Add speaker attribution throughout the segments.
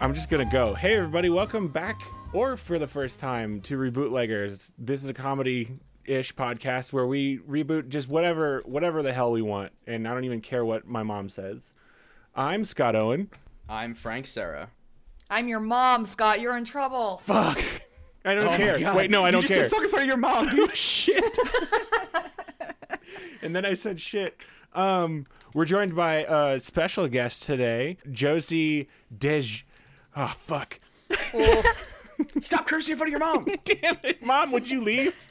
Speaker 1: I'm just gonna go. Hey everybody, welcome back, or for the first time, to Rebootleggers. This is a comedy-ish podcast where we reboot just whatever, whatever the hell we want, and I don't even care what my mom says. I'm Scott Owen.
Speaker 2: I'm Frank Sarah.
Speaker 3: I'm your mom, Scott. You're in trouble.
Speaker 1: Fuck. I don't care. Wait, no, I don't
Speaker 2: Oh you just
Speaker 1: care.
Speaker 2: Said fuck in front of your mom, dude.
Speaker 1: shit. and then I said shit. Um, we're joined by a special guest today, Josie Dej. Oh fuck!
Speaker 2: Stop cursing in front of your mom.
Speaker 1: Damn it, mom, would you leave?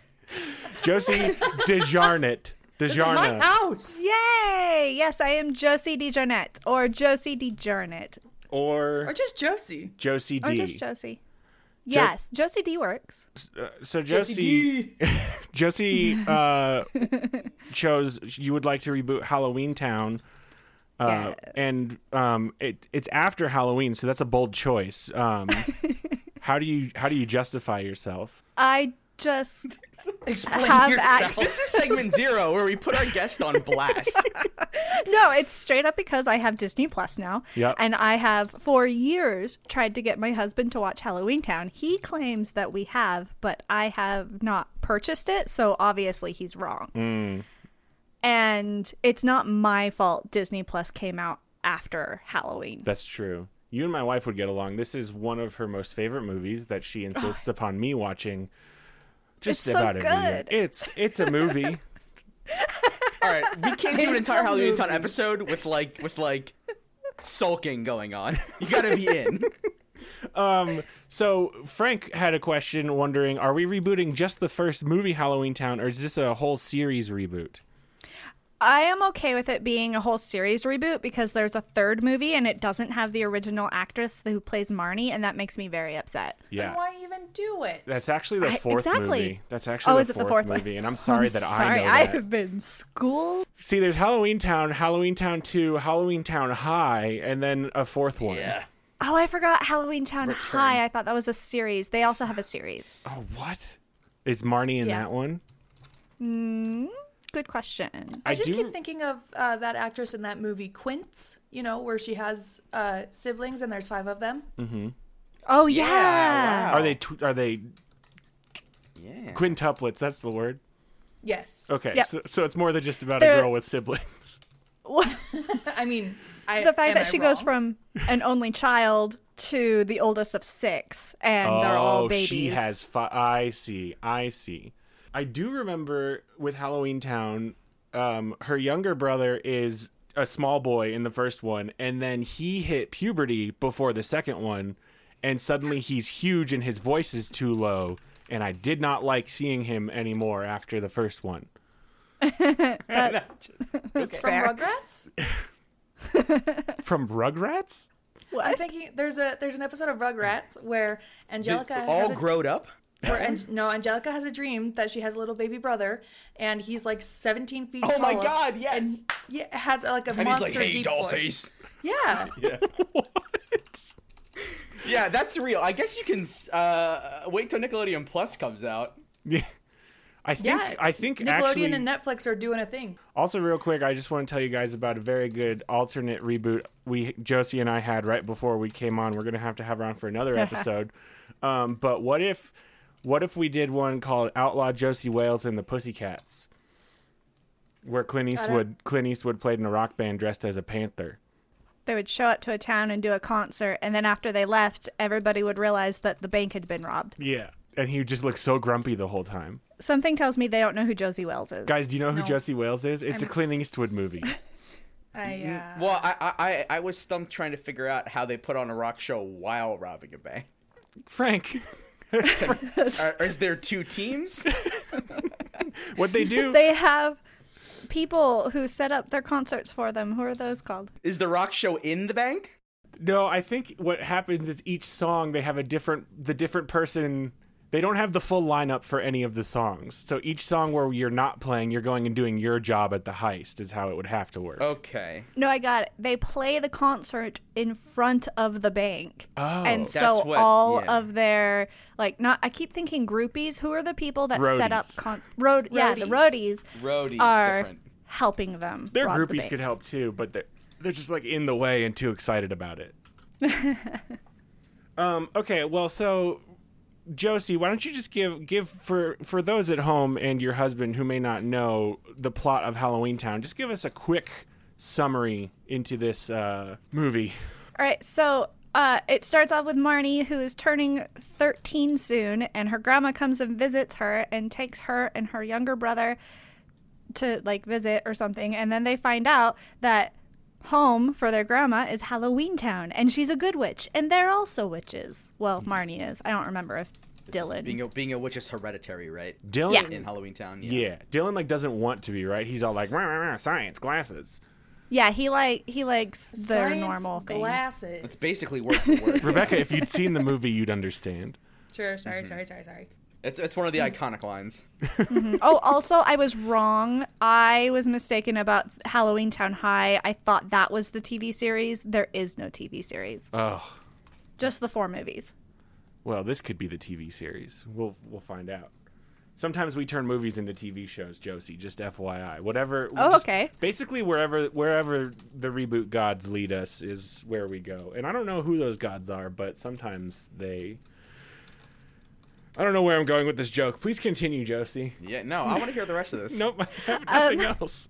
Speaker 1: Josie Dejarnet.
Speaker 3: My
Speaker 1: Dejarna.
Speaker 3: house.
Speaker 4: Yay! Yes, I am Josie DeJarnette or Josie DeJarnette
Speaker 3: Or
Speaker 1: Or
Speaker 3: just Josie.
Speaker 1: Josie
Speaker 4: or
Speaker 1: D.
Speaker 4: just Josie. Yes, Josie D works.
Speaker 1: so Josie Josie uh, chose you would like to reboot Halloween Town. Uh,
Speaker 4: Yes.
Speaker 1: and um, it, it's after Halloween, so that's a bold choice. Um, how do you how do you justify yourself?
Speaker 4: I just
Speaker 2: Explain
Speaker 4: Have
Speaker 2: yourself.
Speaker 4: access.
Speaker 2: This is segment zero where we put our guest on blast.
Speaker 4: no, it's straight up because I have Disney Plus now,
Speaker 1: Yep.
Speaker 4: and I have for years tried to get my husband to watch Halloween Town. He claims that we have, but I have not purchased it, so obviously he's wrong.
Speaker 1: Hmm.
Speaker 4: And it's not my fault. Disney Plus came out after Halloween.
Speaker 1: That's true. You and my wife would get along. This is one of her most favorite movies that she insists upon me watching. Just
Speaker 4: It's so
Speaker 1: about every year.
Speaker 4: good.
Speaker 1: It's it's a movie.
Speaker 2: All right, we can't do an
Speaker 3: It's
Speaker 2: entire
Speaker 3: a
Speaker 2: Halloween
Speaker 3: movie.
Speaker 2: Town episode with like with like sulking going on. You gotta be in.
Speaker 1: so Frank had a question, wondering: Are we rebooting just the first movie, Halloween Town, or is this a whole series reboot?
Speaker 4: I am okay with it being a whole series reboot because there's a third movie and it doesn't have the original actress who plays Marnie, and that makes me very upset.
Speaker 1: Yeah,
Speaker 3: Then why even do it?
Speaker 1: that's actually the
Speaker 4: I-
Speaker 1: fourth
Speaker 4: exactly.
Speaker 1: movie. That's actually
Speaker 4: Oh,
Speaker 1: the,
Speaker 4: is it
Speaker 1: fourth
Speaker 4: the fourth one?
Speaker 1: movie, and I'm sorry that
Speaker 4: Sorry,
Speaker 1: I know that.
Speaker 4: have been schooled.
Speaker 1: See, there's Halloween Town, Halloween Town Two, Halloween Town High, and then a fourth one.
Speaker 4: Oh, I forgot Halloween Town High. I thought that was a series. They also have a series.
Speaker 1: Oh, what is Marnie in
Speaker 4: Yeah.
Speaker 1: that one?
Speaker 4: Good question.
Speaker 3: I just
Speaker 1: do-
Speaker 3: keep thinking of uh, that actress in that movie Quince. You know, where she has uh, siblings and there's five of them.
Speaker 2: Hmm.
Speaker 4: Oh yeah.
Speaker 2: Yeah, wow.
Speaker 1: Are they tw- are they
Speaker 2: Yeah.
Speaker 1: quintuplets? That's the word.
Speaker 3: Yes.
Speaker 2: Oh.
Speaker 1: Okay,
Speaker 4: Yep.
Speaker 1: so, so it's more than just about a
Speaker 4: They're-
Speaker 1: girl with siblings.
Speaker 3: I mean, I,
Speaker 4: The fact
Speaker 3: am
Speaker 4: that
Speaker 3: I
Speaker 4: she
Speaker 3: wrong?
Speaker 4: goes from an only child to the oldest of six, and they're all
Speaker 1: oh,
Speaker 4: babies.
Speaker 1: she has. Fi- I see. I see. I do remember with Halloween Town, um, her younger brother is a small boy in the first one, and then he hit puberty before the second one, and suddenly he's huge and his voice is too low. And I did not like seeing him anymore after the first one.
Speaker 4: That's
Speaker 3: from
Speaker 4: fair.
Speaker 3: Rugrats.
Speaker 1: From Rugrats?
Speaker 3: I'm thinking there's a there's an episode of Rugrats where Angelica has
Speaker 2: all
Speaker 3: a-
Speaker 2: growed up.
Speaker 3: where Ang- no Angelica has a dream that she has a little baby brother and he's like 17 feet
Speaker 2: Oh
Speaker 3: tall.
Speaker 2: my God, yes.
Speaker 3: And yeah, has like a
Speaker 2: And he's
Speaker 3: monster
Speaker 2: like, hey,
Speaker 3: deep
Speaker 2: dollface.
Speaker 3: voice. Yeah.
Speaker 2: Yeah, that's real. I guess you can uh, wait till Nickelodeon Plus comes out.
Speaker 1: I think
Speaker 3: Yeah,
Speaker 1: I think
Speaker 3: Nickelodeon
Speaker 1: actually
Speaker 3: and Netflix are doing a thing.
Speaker 1: Also, real quick, I just want to tell you guys about a very good alternate reboot we Josie and I had right before we came on. We're gonna have to have her on for another episode. um, but what if, what if we did one called Outlaw Josie Wales and the Pussycats, where Clint Eastwood Clint Eastwood played in a rock band dressed as a panther.
Speaker 4: They would show up to a town and do a concert, and then after they left, everybody would realize that the bank had been robbed.
Speaker 1: Yeah, and he just looked so grumpy the whole time.
Speaker 4: Something tells me they don't know who Josie Wells is.
Speaker 1: Guys, do you know who
Speaker 3: No.
Speaker 1: Josie Wales is? It's a Clint Eastwood movie.
Speaker 3: I, uh,
Speaker 2: Well, I, I I- I was stumped trying to figure out how they put on a rock show while robbing a bank.
Speaker 1: Frank,
Speaker 2: Are, is there two teams?
Speaker 1: what they do?
Speaker 4: they have people who set up their concerts for them. Who are those called?
Speaker 2: Is the rock show in the bank?
Speaker 1: No, I think what happens is each song they have a different the different person they don't have the full lineup for any of the songs. So each song where you're not playing, you're going and doing your job at the heist is how it would have to work.
Speaker 2: Okay.
Speaker 4: No, I got it. They play the concert in front of the bank. Oh, and so
Speaker 2: That's what-
Speaker 4: all
Speaker 2: yeah.
Speaker 4: of their like not I keep thinking groupies. Who are the people that set up
Speaker 1: Roadies.
Speaker 4: con- road yeah, the
Speaker 3: Roadies.
Speaker 4: roadies
Speaker 2: Roadies
Speaker 4: are
Speaker 2: different.
Speaker 4: helping them.
Speaker 1: Their
Speaker 4: rob the
Speaker 1: groupies
Speaker 4: bank.
Speaker 1: could help too, but they're they're just like in the way and too excited about it. Um, okay, well, so Josie, why don't you just give give for for those at home and your husband who may not know the plot of Halloween Town, just give us a quick summary into this uh, movie.
Speaker 4: All right, so uh, it starts off with Marnie, who is turning 13 soon, and her grandma comes and visits her and takes her and her younger brother to like visit or something. And then they find out that home for their grandma is Halloween Town, and she's a good witch, and they're also witches. Well, Marnie is. I don't remember if Dylan.
Speaker 2: Being a, being a witch is hereditary, right?
Speaker 1: Dylan,
Speaker 2: In Halloween Town.
Speaker 1: yeah. Dylan like doesn't want to be right. He's all like, rah, rah, rah, science glasses.
Speaker 4: yeah, he like he likes their
Speaker 3: Science
Speaker 4: normal thing.
Speaker 3: glasses.
Speaker 2: It's basically word for word.
Speaker 1: Rebecca, if you'd seen the movie, you'd understand.
Speaker 3: Sure. Sorry.
Speaker 1: mm-hmm.
Speaker 3: Sorry. Sorry. Sorry.
Speaker 2: It's, it's one of the iconic lines.
Speaker 4: oh, also, I was wrong. I was mistaken about Halloween Town High. I thought that was the TV series. There is no TV series,
Speaker 1: Oh,
Speaker 4: just the four movies.
Speaker 1: well, this could be the TV series. We'll we'll find out. Sometimes we turn movies into TV shows, Josie. Just FYI, whatever.
Speaker 4: Oh,
Speaker 1: just-
Speaker 4: okay.
Speaker 1: Basically, wherever wherever the reboot gods lead us is where we go. And I don't know who those gods are, but sometimes they. I don't know where I'm going with this joke. Please continue, Josie.
Speaker 2: Yeah, no, I want to hear the rest of this.
Speaker 1: Nope, I have
Speaker 4: Um,
Speaker 1: nothing else.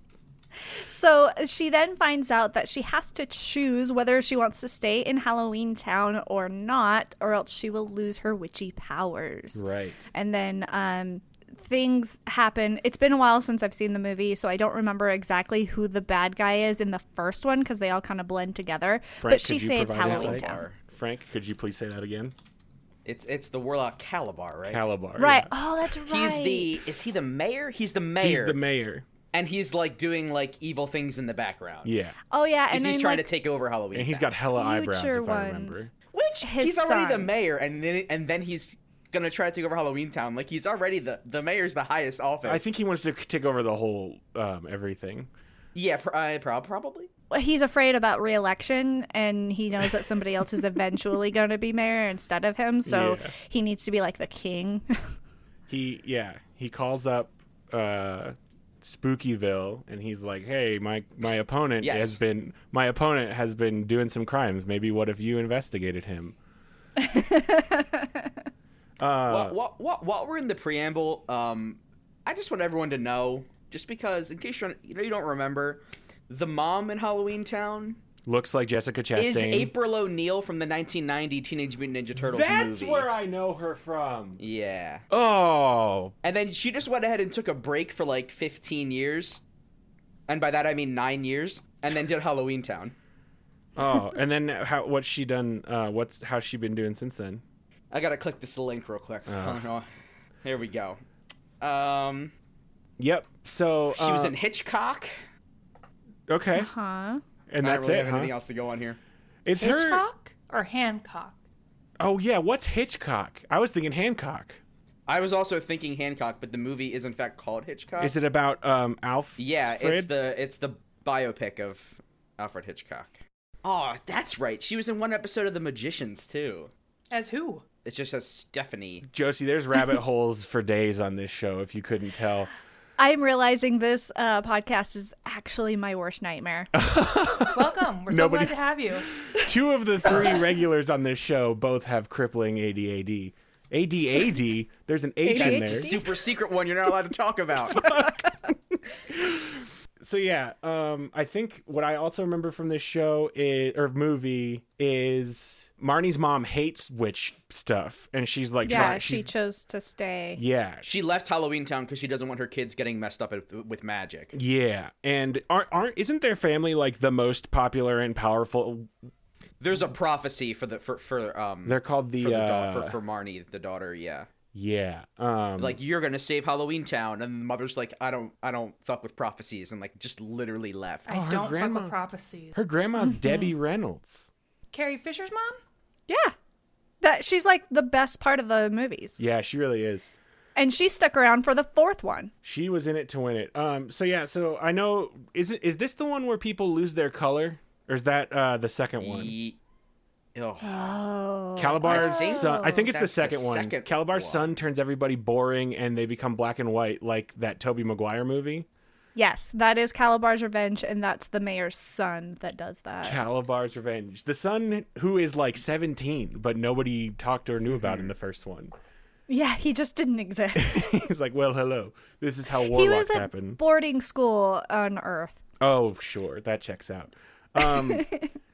Speaker 4: So she then finds out that she has to choose whether she wants to stay in Halloween Town or not, or else she will lose her witchy powers.
Speaker 1: Right.
Speaker 4: and then um, things happen. It's been a while since I've seen the movie, so I don't remember exactly who the bad guy is in the first one because they all kind of blend together.
Speaker 1: Frank,
Speaker 4: but she
Speaker 1: could you
Speaker 4: saves
Speaker 1: provide
Speaker 4: Halloween
Speaker 1: insight?
Speaker 4: Town.
Speaker 1: Frank, could you please say that again?
Speaker 2: It's it's the warlock Calabar, right?
Speaker 1: Calabar.
Speaker 4: Right.
Speaker 1: yeah.
Speaker 4: Oh, that's right.
Speaker 2: He's the is he the mayor? He's the mayor.
Speaker 1: He's the mayor.
Speaker 2: and he's like doing like evil things in the background.
Speaker 1: Yeah.
Speaker 4: Oh yeah, and
Speaker 2: Because he's
Speaker 4: then,
Speaker 2: trying
Speaker 4: like,
Speaker 2: to take over Halloween.
Speaker 1: And he's
Speaker 2: Town.
Speaker 1: got hella eyebrows,
Speaker 4: future
Speaker 1: if I
Speaker 4: ones.
Speaker 1: remember.
Speaker 2: which
Speaker 4: his
Speaker 2: he's already the
Speaker 4: son.
Speaker 2: mayor, and then, and then he's gonna try to take over Halloween Town. Like he's already the the mayor's the highest office.
Speaker 1: I think he wants to c- take over the whole um, everything.
Speaker 2: Yeah, pr- I, prob- probably.
Speaker 4: he's afraid about reelection, and he knows that somebody else is eventually going to be mayor instead of him, so
Speaker 1: Yeah.
Speaker 4: he needs to be like the king.
Speaker 1: He yeah, he calls up uh, Spookyville and he's like, "Hey, my my opponent
Speaker 2: Yes.
Speaker 1: has been my opponent has been doing some crimes. Maybe what if you investigated him?" Uh,
Speaker 2: While while, while, while we're in the preamble, um, I just want everyone to know, just because in case you're, you know you don't remember, the mom in Halloween Town
Speaker 1: Looks like Jessica
Speaker 2: is
Speaker 1: Chastain.
Speaker 2: April O'Neil from the 1990 Teenage Mutant Ninja Turtles
Speaker 1: That's
Speaker 2: movie.
Speaker 1: where I know her from.
Speaker 2: yeah,
Speaker 1: Oh,
Speaker 2: and then she just went ahead and took a break for like 15 years, and by that I mean nine years, and then did Halloween Town.
Speaker 1: oh, and then how, what's she done? Uh, what's how's she been doing since then?
Speaker 2: I gotta click this link real quick.
Speaker 1: Uh-huh.
Speaker 2: Oh, no. Here we go. Um,
Speaker 1: Yep. So
Speaker 2: she was
Speaker 1: uh,
Speaker 2: in Hitchcock.
Speaker 1: okay,
Speaker 4: huh?
Speaker 1: and that's
Speaker 2: I don't really
Speaker 1: it.
Speaker 2: have
Speaker 1: huh?
Speaker 2: anything else to go on here.
Speaker 1: It's her.
Speaker 3: Hitchcock or Hancock?
Speaker 1: Oh yeah, what's Hitchcock? I was thinking Hancock.
Speaker 2: I was also thinking Hancock, but the movie is in fact called Hitchcock.
Speaker 1: Is it about um Alf?
Speaker 2: yeah,
Speaker 1: Fred?
Speaker 2: it's the it's the biopic of Alfred Hitchcock. Oh, that's right. She was in one episode of The Magicians too.
Speaker 3: As who?
Speaker 2: It just says Stephanie.
Speaker 1: Josie. There's rabbit holes for days on this show. If you couldn't tell,
Speaker 4: I'm realizing this uh, podcast is actually my worst nightmare.
Speaker 3: Welcome. We're so
Speaker 1: Nobody-
Speaker 3: glad to have you.
Speaker 1: two of the three regulars on this show both have crippling ADAD. ADAD. There's an H in there.
Speaker 3: ADHD?
Speaker 2: Super secret one you're not allowed to talk about.
Speaker 1: So yeah, um, I think what I also remember from this show is, or movie is Marnie's mom hates witch stuff, and she's like,
Speaker 4: yeah,
Speaker 1: trying,
Speaker 4: she
Speaker 1: she's-
Speaker 4: chose to stay.
Speaker 1: yeah,
Speaker 2: she left Halloween Town because she doesn't want her kids getting messed up with magic.
Speaker 1: Yeah, and aren't aren't isn't their family like the most popular and powerful?
Speaker 2: There's a prophecy for the for for um
Speaker 1: They're called the,
Speaker 2: for, the da-
Speaker 1: uh,
Speaker 2: for for Marnie the daughter. Yeah,
Speaker 1: yeah. Um,
Speaker 2: like you're gonna save Halloween Town, and the mother's like, I don't I don't fuck with prophecies, and like just literally left.
Speaker 3: I
Speaker 1: Oh, her
Speaker 3: don't
Speaker 1: grandma-
Speaker 3: fuck with prophecies.
Speaker 1: her grandma's Debbie Reynolds.
Speaker 3: Carrie Fisher's mom?
Speaker 4: Yeah. That she's like the best part of the movies.
Speaker 1: Yeah, she really is.
Speaker 4: And she stuck around for the fourth one.
Speaker 1: She was in it to win it. Um, so yeah, so I know is it is this the one where people lose their color, or is that uh the second one?
Speaker 2: Ye- oh, Ugh.
Speaker 1: Calabar's
Speaker 2: I think-
Speaker 1: son. I think it's the
Speaker 2: That's the
Speaker 1: second one.
Speaker 2: second
Speaker 1: Calabar's
Speaker 2: one.
Speaker 1: son turns everybody boring, and they become black and white, like that Toby Maguire movie.
Speaker 4: Yes, that is Calabar's Revenge, and that's the mayor's son that does that.
Speaker 1: Calabar's Revenge. The son who is like 17, but nobody talked or knew
Speaker 2: Mm-hmm.
Speaker 1: about in the first one.
Speaker 4: yeah, he just didn't exist.
Speaker 1: He's like, well, hello. This is how
Speaker 4: he was
Speaker 1: warlocks
Speaker 4: at
Speaker 1: happen.
Speaker 4: boarding school on Earth.
Speaker 1: Oh, sure. That checks out. Um,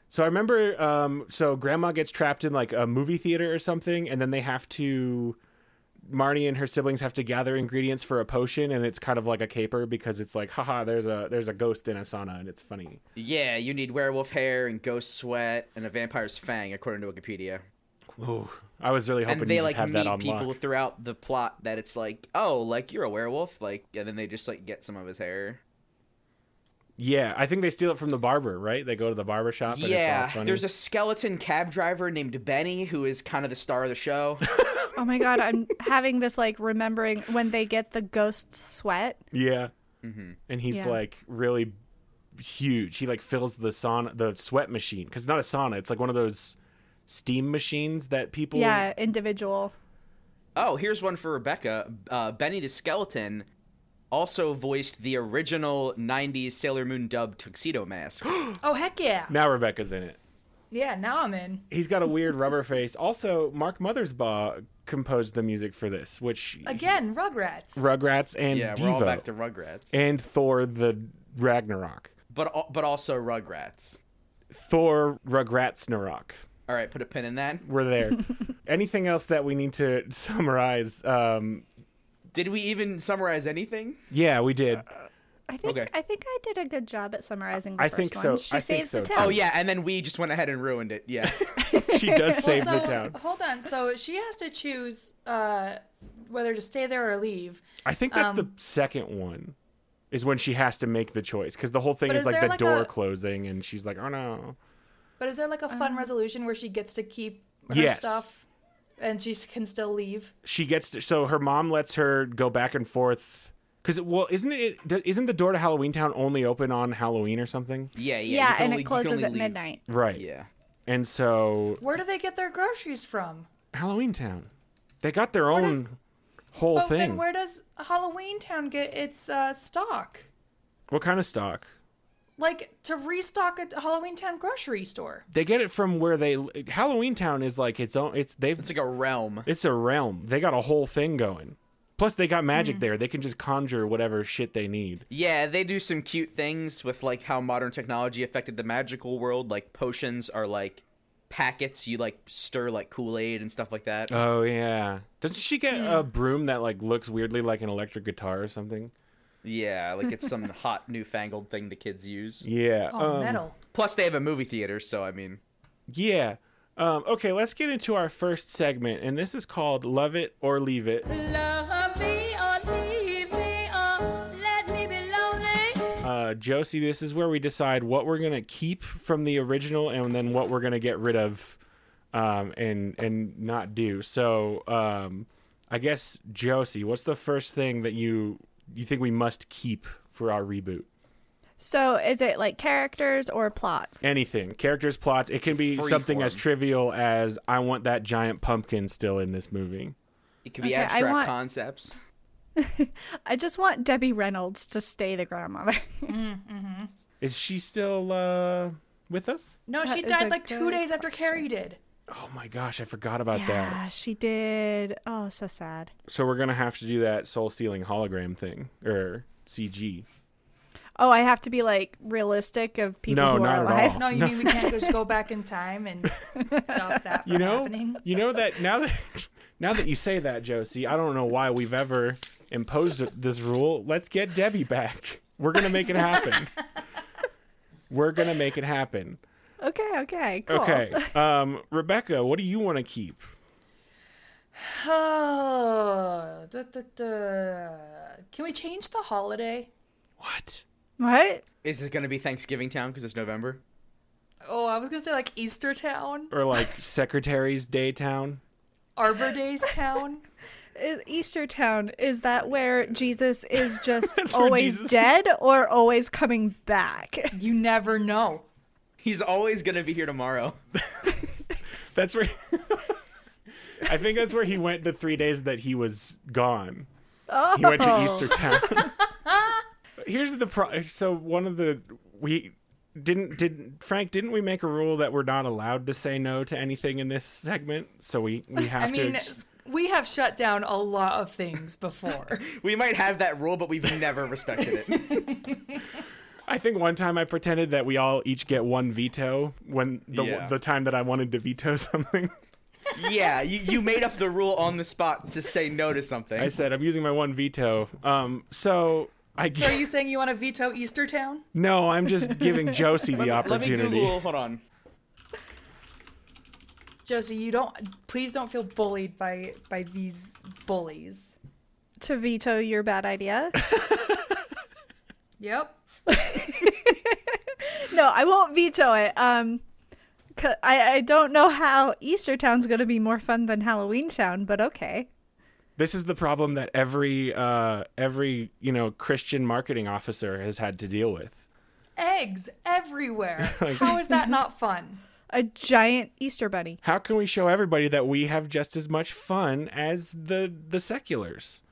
Speaker 1: so I remember, um, so grandma gets trapped in like a movie theater or something, and then they have to, Marnie and her siblings have to gather ingredients for a potion, and it's kind of like a caper because it's like, haha, there's a, there's a ghost in a sauna, and it's funny.
Speaker 2: Yeah, you need werewolf hair and ghost sweat and a vampire's fang, according to Wikipedia.
Speaker 1: Ooh, I was really hoping
Speaker 2: And
Speaker 1: you
Speaker 2: they
Speaker 1: just
Speaker 2: like
Speaker 1: had that
Speaker 2: meet
Speaker 1: on
Speaker 2: people
Speaker 1: lock.
Speaker 2: throughout the plot that it's like, oh, like you're a werewolf, like, and then they just like get some of his hair.
Speaker 1: Yeah, I think they steal it from the barber, right? They go to the barber shop. And it's all
Speaker 2: Yeah,
Speaker 1: funny.
Speaker 2: there's a skeleton cab driver named Benny who is kind of the star of the show.
Speaker 4: Oh my god, I'm having this like remembering when they get the ghost sweat.
Speaker 1: yeah,
Speaker 2: Mm-hmm.
Speaker 1: and he's
Speaker 4: Yeah.
Speaker 1: like really huge. He like fills the sauna, the sweat machine, because it's not a sauna. It's like one of those steam machines that people.
Speaker 4: Yeah, individual.
Speaker 2: oh, here's one for Rebecca. Uh, Benny the skeleton also voiced the original '90s Sailor Moon dub tuxedo mask.
Speaker 3: Oh heck yeah.
Speaker 1: Now Rebecca's in it.
Speaker 3: Yeah, now I'm in.
Speaker 1: He's got a weird rubber face. Also, Mark Mothersbaugh composed the music for this, which
Speaker 3: Again, Rugrats.
Speaker 1: Rugrats and
Speaker 2: yeah,
Speaker 1: Devo
Speaker 2: we're all back to Rugrats,
Speaker 1: and Thor the Ragnarok,
Speaker 2: but al- but also Rugrats.
Speaker 1: Thor Rugrats Narok.
Speaker 2: All right, put a pin in that.
Speaker 1: We're there. Anything else that we need to summarize? Um,
Speaker 2: Did we even summarize anything?
Speaker 1: yeah, we did.
Speaker 4: I think
Speaker 2: Okay.
Speaker 4: I think I did a good job at summarizing the
Speaker 1: I
Speaker 4: first
Speaker 1: think
Speaker 4: one.
Speaker 1: so.
Speaker 4: She
Speaker 1: I think
Speaker 4: saves
Speaker 1: so,
Speaker 4: the
Speaker 1: too.
Speaker 4: town.
Speaker 2: Oh yeah, and then we just went ahead and ruined it. Yeah.
Speaker 1: She does save
Speaker 3: well,
Speaker 1: the
Speaker 3: so,
Speaker 1: town.
Speaker 3: Hold on. So she has to choose uh, whether to stay there or leave.
Speaker 1: I think that's
Speaker 3: Um,
Speaker 1: the second one, is when she has to make the choice because the whole thing
Speaker 3: But
Speaker 1: is
Speaker 3: is
Speaker 1: like
Speaker 3: there
Speaker 1: the
Speaker 3: like
Speaker 1: door
Speaker 3: a-
Speaker 1: closing and she's like, oh no.
Speaker 3: But is there like a
Speaker 4: Um,
Speaker 3: fun resolution where she gets to keep her
Speaker 1: Yes.
Speaker 3: stuff and she can still leave?
Speaker 1: She gets to, so her mom lets her go back and forth because well, isn't it? do- Isn't the door to Halloween Town only open on Halloween or something?
Speaker 2: Yeah, yeah. you
Speaker 4: Yeah,
Speaker 2: can
Speaker 4: and
Speaker 2: only-
Speaker 4: it
Speaker 2: you can only
Speaker 4: closes at
Speaker 2: leave-
Speaker 4: midnight.
Speaker 1: Right.
Speaker 2: Yeah.
Speaker 1: And so
Speaker 3: Where do they get their groceries from?
Speaker 1: Halloween Town, they got their
Speaker 3: What
Speaker 1: own
Speaker 3: is-
Speaker 1: whole
Speaker 3: But
Speaker 1: thing.
Speaker 3: then where does Halloween Town get its uh, stock?
Speaker 1: What kind of stock?
Speaker 3: Like to restock a Halloween Town grocery store.
Speaker 1: They get it from where they Halloween Town is like its own. It's they've
Speaker 2: It's like a realm.
Speaker 1: It's a realm. They got a whole thing going. Plus, they got
Speaker 3: Hmm.
Speaker 1: magic there. They can just conjure whatever shit they need.
Speaker 2: Yeah, they do some cute things with like how modern technology affected the magical world. Like potions are like packets you like stir like Kool Aid and stuff like that.
Speaker 1: Oh yeah. Doesn't she get a broom that like looks weirdly like an electric guitar or something?
Speaker 2: yeah, like it's some hot newfangled thing the kids use.
Speaker 1: Yeah.
Speaker 3: Oh,
Speaker 1: um,
Speaker 3: metal.
Speaker 2: Plus, they have a movie theater, so I mean,
Speaker 1: Yeah. Um, okay, let's get into our first segment, and this is called "Love It or Leave It."
Speaker 5: Love me or leave me or let me be lonely.
Speaker 1: Uh, Josie, this is where we decide what we're gonna keep from the original, and then what we're gonna get rid of, um, and and not do. So, um, I guess Josie, what's the first thing that you you think we must keep for our reboot?
Speaker 4: So is it like characters or plots?
Speaker 1: Anything, characters, plots. It can be
Speaker 2: Free
Speaker 1: something as
Speaker 2: form.
Speaker 1: trivial as I want that giant pumpkin still in this movie.
Speaker 2: it could be
Speaker 4: Okay, I
Speaker 2: abstract
Speaker 4: want-
Speaker 2: concepts.
Speaker 4: I just want Debbie Reynolds to stay the grandmother.
Speaker 1: Is she still uh, with us?
Speaker 3: No, she
Speaker 4: is a
Speaker 3: died like two
Speaker 4: good
Speaker 3: days after Carrie did.
Speaker 1: Oh my gosh, I forgot about that.
Speaker 4: yeah, she did. Oh, so sad.
Speaker 1: So we're gonna have to do that soul stealing hologram thing or CG.
Speaker 4: Oh, I have to be like realistic of people
Speaker 1: No,
Speaker 4: who
Speaker 1: not
Speaker 4: are
Speaker 1: at
Speaker 4: alive.
Speaker 1: all.
Speaker 3: No, you mean we can't just go back in time and stop that from
Speaker 1: you know
Speaker 3: happening?
Speaker 1: you know that now that now that you say that josie i don't know why we've ever imposed this rule let's get debbie back we're gonna make it happen we're gonna make it happen
Speaker 4: Okay, okay, cool.
Speaker 1: okay um rebecca what do you want to keep
Speaker 3: Oh, duh, duh, duh. Can we change the holiday?
Speaker 1: what
Speaker 4: What?
Speaker 2: Is it going to be Thanksgiving Town because it's November?
Speaker 3: Oh, I was gonna say like Easter Town,
Speaker 1: or like secretary's day town
Speaker 3: Arbor Days Town.
Speaker 4: Is Easter Town is that where Jesus is just
Speaker 1: where
Speaker 4: always
Speaker 1: Jesus-
Speaker 4: dead or always coming back?
Speaker 3: You never know.
Speaker 2: He's always going to be here tomorrow.
Speaker 1: that's where i think that's where he went the three days that he was gone
Speaker 4: Oh,
Speaker 1: he went to easter town here's the pro. So one of the we didn't did Frank didn't we make a rule that we're not allowed to say no to anything in this segment? So we we have
Speaker 3: I mean,
Speaker 1: to.
Speaker 3: s- we have shut down a lot of things before.
Speaker 2: We might have that rule, but we've never respected it.
Speaker 1: I think one time I pretended that we all each get one veto when the
Speaker 2: Yeah.
Speaker 1: the time that I wanted to veto something.
Speaker 2: yeah, you, you made up the rule on the spot to say no to something.
Speaker 1: I said I'm using my one veto. Um, so I
Speaker 3: so are you saying you want to veto Eastertown?
Speaker 1: no, I'm just giving Josie the
Speaker 2: Let me
Speaker 1: opportunity.
Speaker 2: Google. Hold on.
Speaker 3: Josie, you don't. Please don't feel bullied by by these bullies.
Speaker 4: to veto your bad idea.
Speaker 3: Yep.
Speaker 4: no, I won't veto it. Um, 'cause I, I don't know how Easter Town's going to be more fun than Halloween Town, but okay.
Speaker 1: this is the problem that every uh, every you know Christian marketing officer has had to deal with.
Speaker 3: Eggs everywhere. How is that not fun?
Speaker 4: A giant Easter bunny.
Speaker 1: How can we show everybody that we have just as much fun as the the seculars?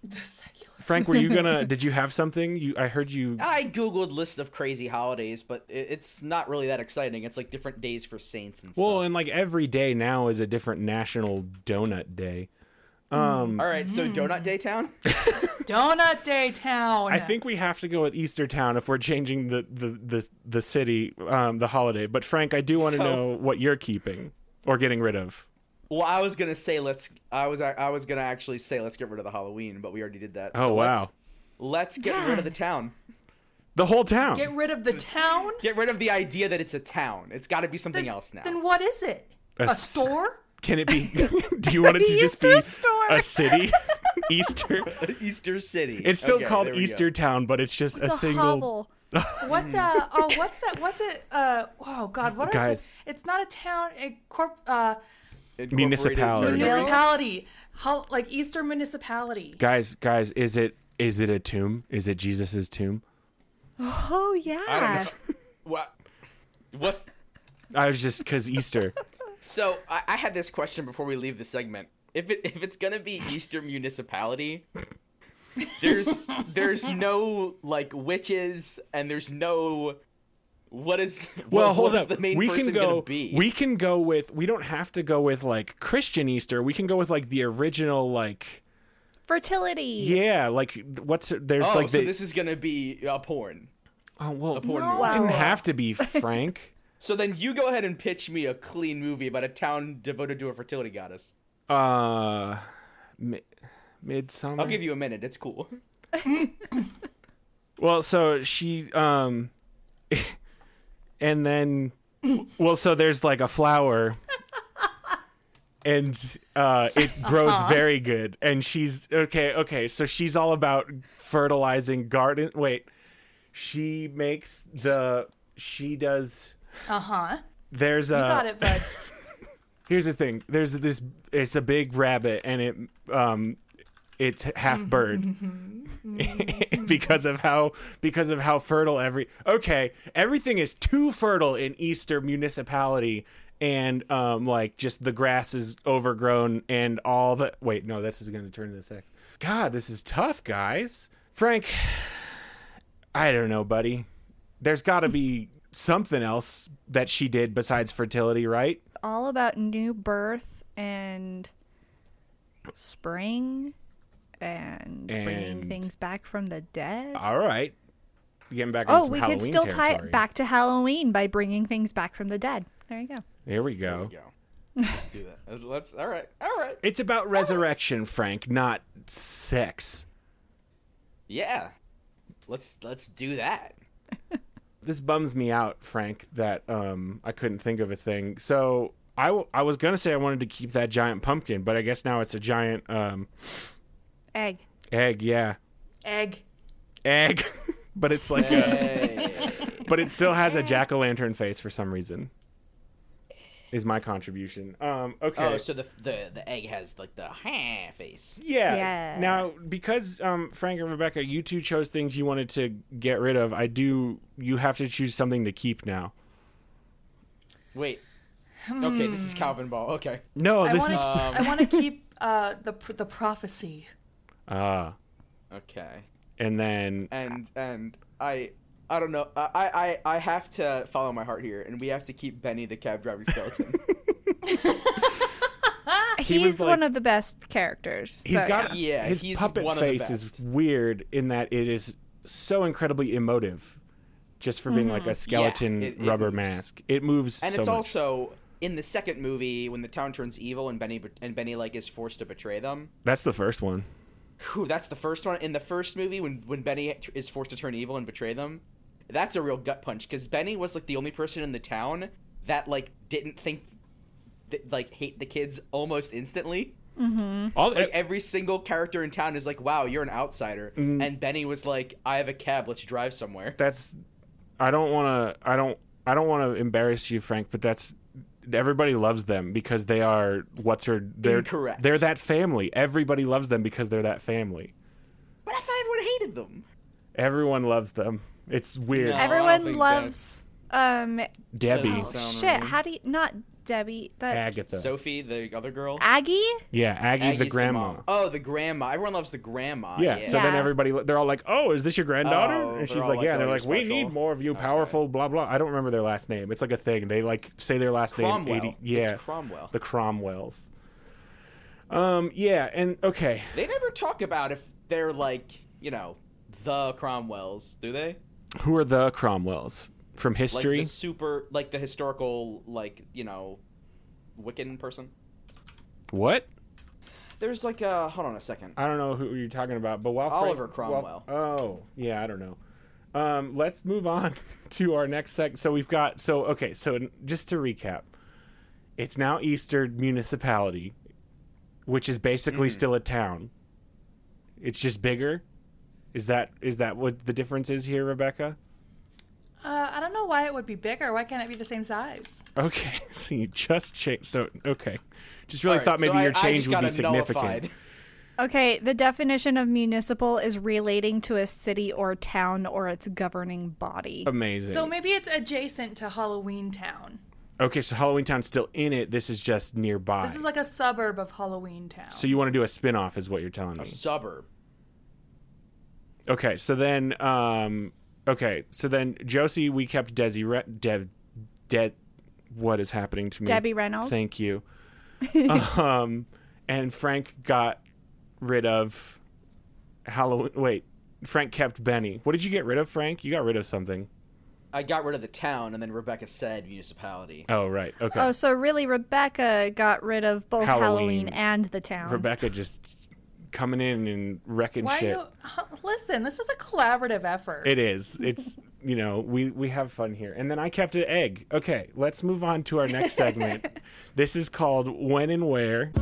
Speaker 3: The secular.
Speaker 1: Frank, were you gonna? did you have something? You, I heard you.
Speaker 2: I googled list of crazy holidays, but it, it's not really that exciting. It's like different days for saints and stuff.
Speaker 1: Well, and like every day now is a different national donut day.
Speaker 2: All right,
Speaker 1: mm-hmm.
Speaker 2: so Donut Day Town.
Speaker 3: Donut Day Town.
Speaker 1: I think we have to go with Easter Town if we're changing the the the, the city um, the holiday. But Frank, I do want to
Speaker 2: So-
Speaker 1: know what you're keeping or getting rid of.
Speaker 2: Well, I was gonna say let's. I was. I was gonna actually say let's get rid of the Halloween, but we already did that.
Speaker 1: Oh,
Speaker 2: so
Speaker 1: wow.
Speaker 2: Let's, let's get rid of the town.
Speaker 1: The whole town.
Speaker 3: Get rid of the town.
Speaker 2: Get rid of the idea that it's a town. It's got to be something
Speaker 3: Then-
Speaker 2: else now.
Speaker 3: Then what is it?
Speaker 1: A
Speaker 3: A,
Speaker 1: s-
Speaker 3: store?
Speaker 1: Can it be? do you want it to just
Speaker 4: Easter
Speaker 1: be
Speaker 4: store.
Speaker 1: a city? Easter.
Speaker 2: Easter City.
Speaker 1: It's still
Speaker 2: Okay,
Speaker 1: called
Speaker 2: there we go.
Speaker 1: Easter Town, but it's just
Speaker 4: It's
Speaker 1: a
Speaker 4: a
Speaker 1: single.
Speaker 4: hovel.
Speaker 1: Hmm.
Speaker 3: What? Uh, oh, what's that? What's it? Uh, oh God, what are
Speaker 1: Guys.
Speaker 3: the, It's not a town. A corp. Uh,
Speaker 2: Incorporated
Speaker 1: Municipality.
Speaker 2: New York.
Speaker 3: municipality. Hol- like Easter municipality.
Speaker 1: Guys, guys, is it is it a tomb? Is it Jesus's tomb?
Speaker 4: Oh, yeah.
Speaker 2: I don't know. What? What?
Speaker 1: I was just because Easter.
Speaker 2: So I, I had this question before we leave the segment. If it if it's gonna be Easter municipality, there's there's no like witches and there's no what is
Speaker 1: Well,
Speaker 2: what-
Speaker 1: hold
Speaker 2: what is
Speaker 1: up.
Speaker 2: the main
Speaker 1: we
Speaker 2: person
Speaker 1: can
Speaker 2: gonna
Speaker 1: go.
Speaker 2: be?
Speaker 1: We can go with. We don't have to go with like Christian Easter. We can go with like the original like.
Speaker 4: Fertility.
Speaker 1: Yeah, like what's there's
Speaker 2: oh,
Speaker 1: like
Speaker 2: so
Speaker 1: the.
Speaker 2: this is gonna be uh, porn.
Speaker 1: oh well, it
Speaker 2: porn movie.
Speaker 1: didn't
Speaker 4: Wow.
Speaker 1: have to be Frank.
Speaker 2: So then you go ahead and pitch me a clean movie about a town devoted to a fertility goddess.
Speaker 1: uh, mi- midsummer.
Speaker 2: I'll give you a minute. It's cool.
Speaker 1: Well, so she um and then well, so there's like a flower and uh it grows very good and she's okay, okay. So she's all about fertilizing garden. Wait. She makes the she does
Speaker 3: Uh huh.
Speaker 1: there's a
Speaker 3: Got it, bud.
Speaker 1: here's the thing there's this it's a big rabbit and it um it's half bird because of how because of how fertile every okay everything is too fertile in easter municipality and um like just the grass is overgrown and all the wait no this is gonna turn into sex god this is tough guys frank i don't know buddy there's gotta be something else that she did besides fertility right
Speaker 4: All about new birth and spring and, bringing
Speaker 1: And-
Speaker 4: things back from the dead.
Speaker 1: All right. Getting back into
Speaker 4: oh,
Speaker 1: some
Speaker 4: we
Speaker 1: Halloween
Speaker 4: could still tie
Speaker 1: territory.
Speaker 4: it back to Halloween by bringing things back from the dead. There you go.
Speaker 1: There we go.
Speaker 2: Go. Let's do that. Let's. All right. All right.
Speaker 1: It's about resurrection, Frank, not sex.
Speaker 2: Yeah. Let's let's do that.
Speaker 1: This bums me out, Frank, that um I couldn't think of a thing. So I, w- I was gonna say I wanted to keep that giant pumpkin, but I guess now it's a giant um
Speaker 4: Egg.
Speaker 1: egg. Yeah,
Speaker 3: Egg.
Speaker 1: egg. but it's like a,
Speaker 2: Hey.
Speaker 1: but it still has a jack o' lantern face for some reason. Is my contribution. Um. Okay.
Speaker 2: Oh, so the the the egg has like the ha face.
Speaker 1: Yeah.
Speaker 4: Yeah.
Speaker 1: Now, because um, Frank and Rebecca, you two chose things you wanted to get rid of. I do. You have to choose something to keep now.
Speaker 2: Wait. Okay, this is Calvin Ball. Okay.
Speaker 1: No,
Speaker 3: I
Speaker 1: this
Speaker 3: want
Speaker 1: is. um,
Speaker 3: to. I want to keep uh, the pr- the prophecy.
Speaker 1: Ah,
Speaker 2: Okay.
Speaker 1: and then
Speaker 2: and and I I don't know. I I I I have to follow my heart here, and we have to keep Benny the cab driver skeleton.
Speaker 1: Uh, He was
Speaker 4: He's
Speaker 1: like-
Speaker 4: one of the best characters.
Speaker 1: he's
Speaker 4: so,
Speaker 1: got
Speaker 4: yeah.
Speaker 2: Yeah,
Speaker 1: his
Speaker 2: he's
Speaker 1: puppet
Speaker 2: one of the
Speaker 1: face is
Speaker 2: best.
Speaker 1: weird in that it is so incredibly emotive, just for being like a skeleton
Speaker 2: it- it
Speaker 1: rubber
Speaker 2: moves.
Speaker 1: mask. It moves
Speaker 2: and
Speaker 1: so
Speaker 2: it's
Speaker 1: much.
Speaker 2: also in the second movie when the town turns evil and Benny and Benny like is forced to betray them.
Speaker 1: That's the first one.
Speaker 2: Whew, that's the first one. In the first movie, when when Benny t- is forced to turn evil and betray them, that's a real gut punch because Benny was like the only person in the town that like didn't think that, like hate the kids almost instantly.
Speaker 1: All eh,
Speaker 2: Like every single character in town is like, "Wow, you're an outsider,"
Speaker 1: Mm-hmm.
Speaker 2: and Benny was like, "I have a cab. Let's drive somewhere."
Speaker 1: that's I don't want to I don't I don't want to embarrass you Frank but that's everybody loves them because they are what's her they're
Speaker 2: Incorrect.
Speaker 1: they're that family everybody loves them because they're that family
Speaker 2: But I thought everyone hated them.
Speaker 1: everyone loves them it's weird
Speaker 2: No. I don't
Speaker 4: Everyone
Speaker 2: think
Speaker 4: loves um
Speaker 1: Debbie
Speaker 2: Doesn't sound
Speaker 4: shit,
Speaker 2: right.
Speaker 4: how do you not Debbie the
Speaker 1: Agatha
Speaker 2: Sophie, the other girl,
Speaker 4: Aggie?
Speaker 1: yeah Aggie
Speaker 2: Aggie's
Speaker 1: the grandma
Speaker 2: mom. oh, the grandma. Everyone loves the grandma.
Speaker 1: yeah,
Speaker 2: Yeah.
Speaker 1: so then
Speaker 4: Yeah.
Speaker 1: everybody they're all like oh is this your granddaughter
Speaker 2: Oh, they're
Speaker 1: and she's
Speaker 2: all
Speaker 1: like
Speaker 2: like,
Speaker 1: yeah
Speaker 2: "Oh,
Speaker 1: they're
Speaker 2: you're
Speaker 1: like we
Speaker 2: special."
Speaker 1: need more of you powerful blah blah I don't remember their last name it's like a thing they like say their last
Speaker 2: Cromwell.
Speaker 1: name 80 yeah
Speaker 2: It's Cromwell.
Speaker 1: the Cromwells um yeah and okay
Speaker 2: They never talk about if they're like, you know, the Cromwells, do they?
Speaker 1: Who are the Cromwells from
Speaker 2: Like
Speaker 1: history?
Speaker 2: the super, like the historical, like you know, Wiccan person.
Speaker 1: what?
Speaker 2: There's like a hold on a second.
Speaker 1: I don't know who you're talking about, but while Frank-
Speaker 2: Oliver Cromwell.
Speaker 1: while- oh, yeah, I don't know. Um, let's move on to our next sec. So we've got so okay. So n- just to recap, it's now Easter Municipality, which is
Speaker 2: Hmm.
Speaker 1: basically still a town. It's just bigger. Is that is that what the difference is here, Rebecca?
Speaker 3: Uh, I don't know why it would be bigger. Why can't it be the same size?
Speaker 1: Okay, so you just changed. So okay, just really
Speaker 2: All right,
Speaker 1: thought maybe
Speaker 2: so I-
Speaker 1: your
Speaker 2: I
Speaker 1: change
Speaker 2: just
Speaker 1: would
Speaker 2: got
Speaker 1: be
Speaker 2: a
Speaker 1: significant.
Speaker 2: nullified.
Speaker 4: Okay, the definition of municipal is relating to a city or town or its governing body.
Speaker 1: Amazing.
Speaker 3: So maybe it's adjacent to Halloween Town.
Speaker 1: Okay, so Halloween Town's still in it. This is just nearby.
Speaker 3: This is like a suburb of Halloween Town.
Speaker 1: so you want to do a spin-off is what you're telling me.
Speaker 2: Suburb.
Speaker 1: Okay, so then um okay, so then Josie we kept Desi Re- Dev De- what is happening to me?
Speaker 4: Debbie Reynolds.
Speaker 1: Thank you. um and Frank got rid of Halloween wait, Frank kept Benny. What did you get rid of, Frank? You got rid of something.
Speaker 2: I got rid of the town, and then Rebecca said municipality.
Speaker 1: Oh, right. Okay.
Speaker 4: Oh, so really Rebecca got rid of both
Speaker 1: Halloween.
Speaker 4: Halloween, and the town.
Speaker 1: Rebecca just coming in and wrecking
Speaker 3: why
Speaker 1: shit.
Speaker 3: you listen? This is a collaborative effort.
Speaker 1: It is. It's you know we we have fun here. And then I kept an egg. Okay, let's move on to our next segment. this is called When and Where.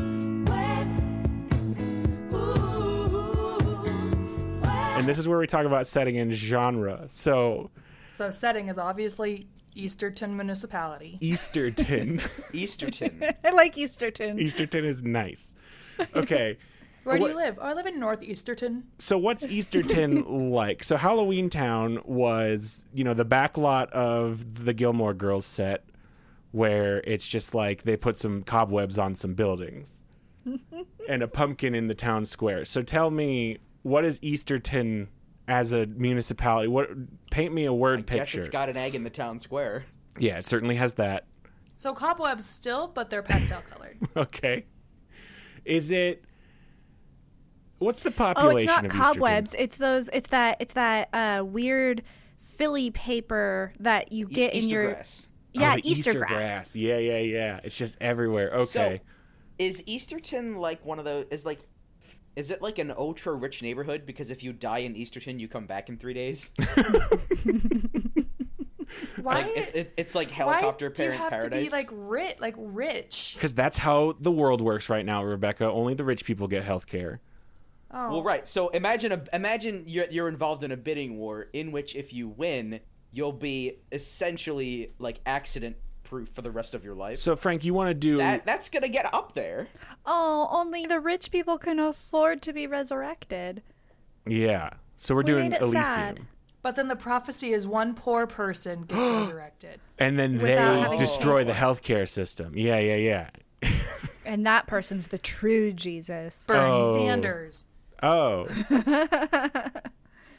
Speaker 1: And this is where we talk about setting and genre. So
Speaker 3: so setting is obviously Easterton Municipality.
Speaker 1: Easterton,
Speaker 2: Easterton.
Speaker 4: I like Easterton.
Speaker 1: Easterton is nice. Okay,
Speaker 3: Where
Speaker 1: What-
Speaker 3: do you live? Oh, I live in North Easterton.
Speaker 1: so what's Easterton like? So Halloween Town was, you know, the back lot of the Gilmore Girls set where it's just like they put some cobwebs on some buildings and a pumpkin in the town square. So tell me, what is Easterton as a municipality? What paint me a word
Speaker 2: Guess
Speaker 1: picture.
Speaker 2: it's got an egg in the town square.
Speaker 1: yeah, it certainly has that.
Speaker 3: So cobwebs still, but they're pastel colored.
Speaker 1: Okay. Is it What's the population
Speaker 4: Oh, it's not
Speaker 1: of Easterton?
Speaker 4: cobwebs. It's those. It's that. It's that uh, weird Philly paper that you get in
Speaker 2: E- Easter
Speaker 4: your
Speaker 2: grass.
Speaker 4: yeah
Speaker 1: Oh, the
Speaker 4: Easter, grass.
Speaker 1: Yeah, yeah, yeah. It's just everywhere. Okay.
Speaker 2: Is Easterton like one of those? Is like, is it like an ultra rich neighborhood? Because if you die in Easterton, you come back in three days.
Speaker 3: Why?
Speaker 2: It's, it, it's like
Speaker 3: why
Speaker 2: helicopter
Speaker 3: do you
Speaker 2: parent
Speaker 3: have
Speaker 2: paradise.
Speaker 3: to be like rich? Like rich?
Speaker 1: Because that's how the world works right now, Rebecca. Only the rich people get health care.
Speaker 3: Oh,
Speaker 2: well, right. So imagine a, imagine you're, you're involved in a bidding war in which if you win, you'll be essentially like accident proof for the rest of your life.
Speaker 1: So, Frank, you want to do.
Speaker 2: that that's gonna get up there.
Speaker 4: Oh, only the rich people can afford to be resurrected.
Speaker 1: yeah. So, we're doing
Speaker 4: made it
Speaker 1: Elysium.
Speaker 4: sad.
Speaker 3: But then the prophecy is one poor person gets resurrected.
Speaker 1: And then
Speaker 4: Without
Speaker 1: they
Speaker 4: having to
Speaker 1: destroy
Speaker 4: pay
Speaker 1: the health care system. Yeah, yeah, yeah.
Speaker 4: And that person's the true Jesus.
Speaker 3: Bernie
Speaker 1: Oh.
Speaker 3: Sanders.
Speaker 1: Oh.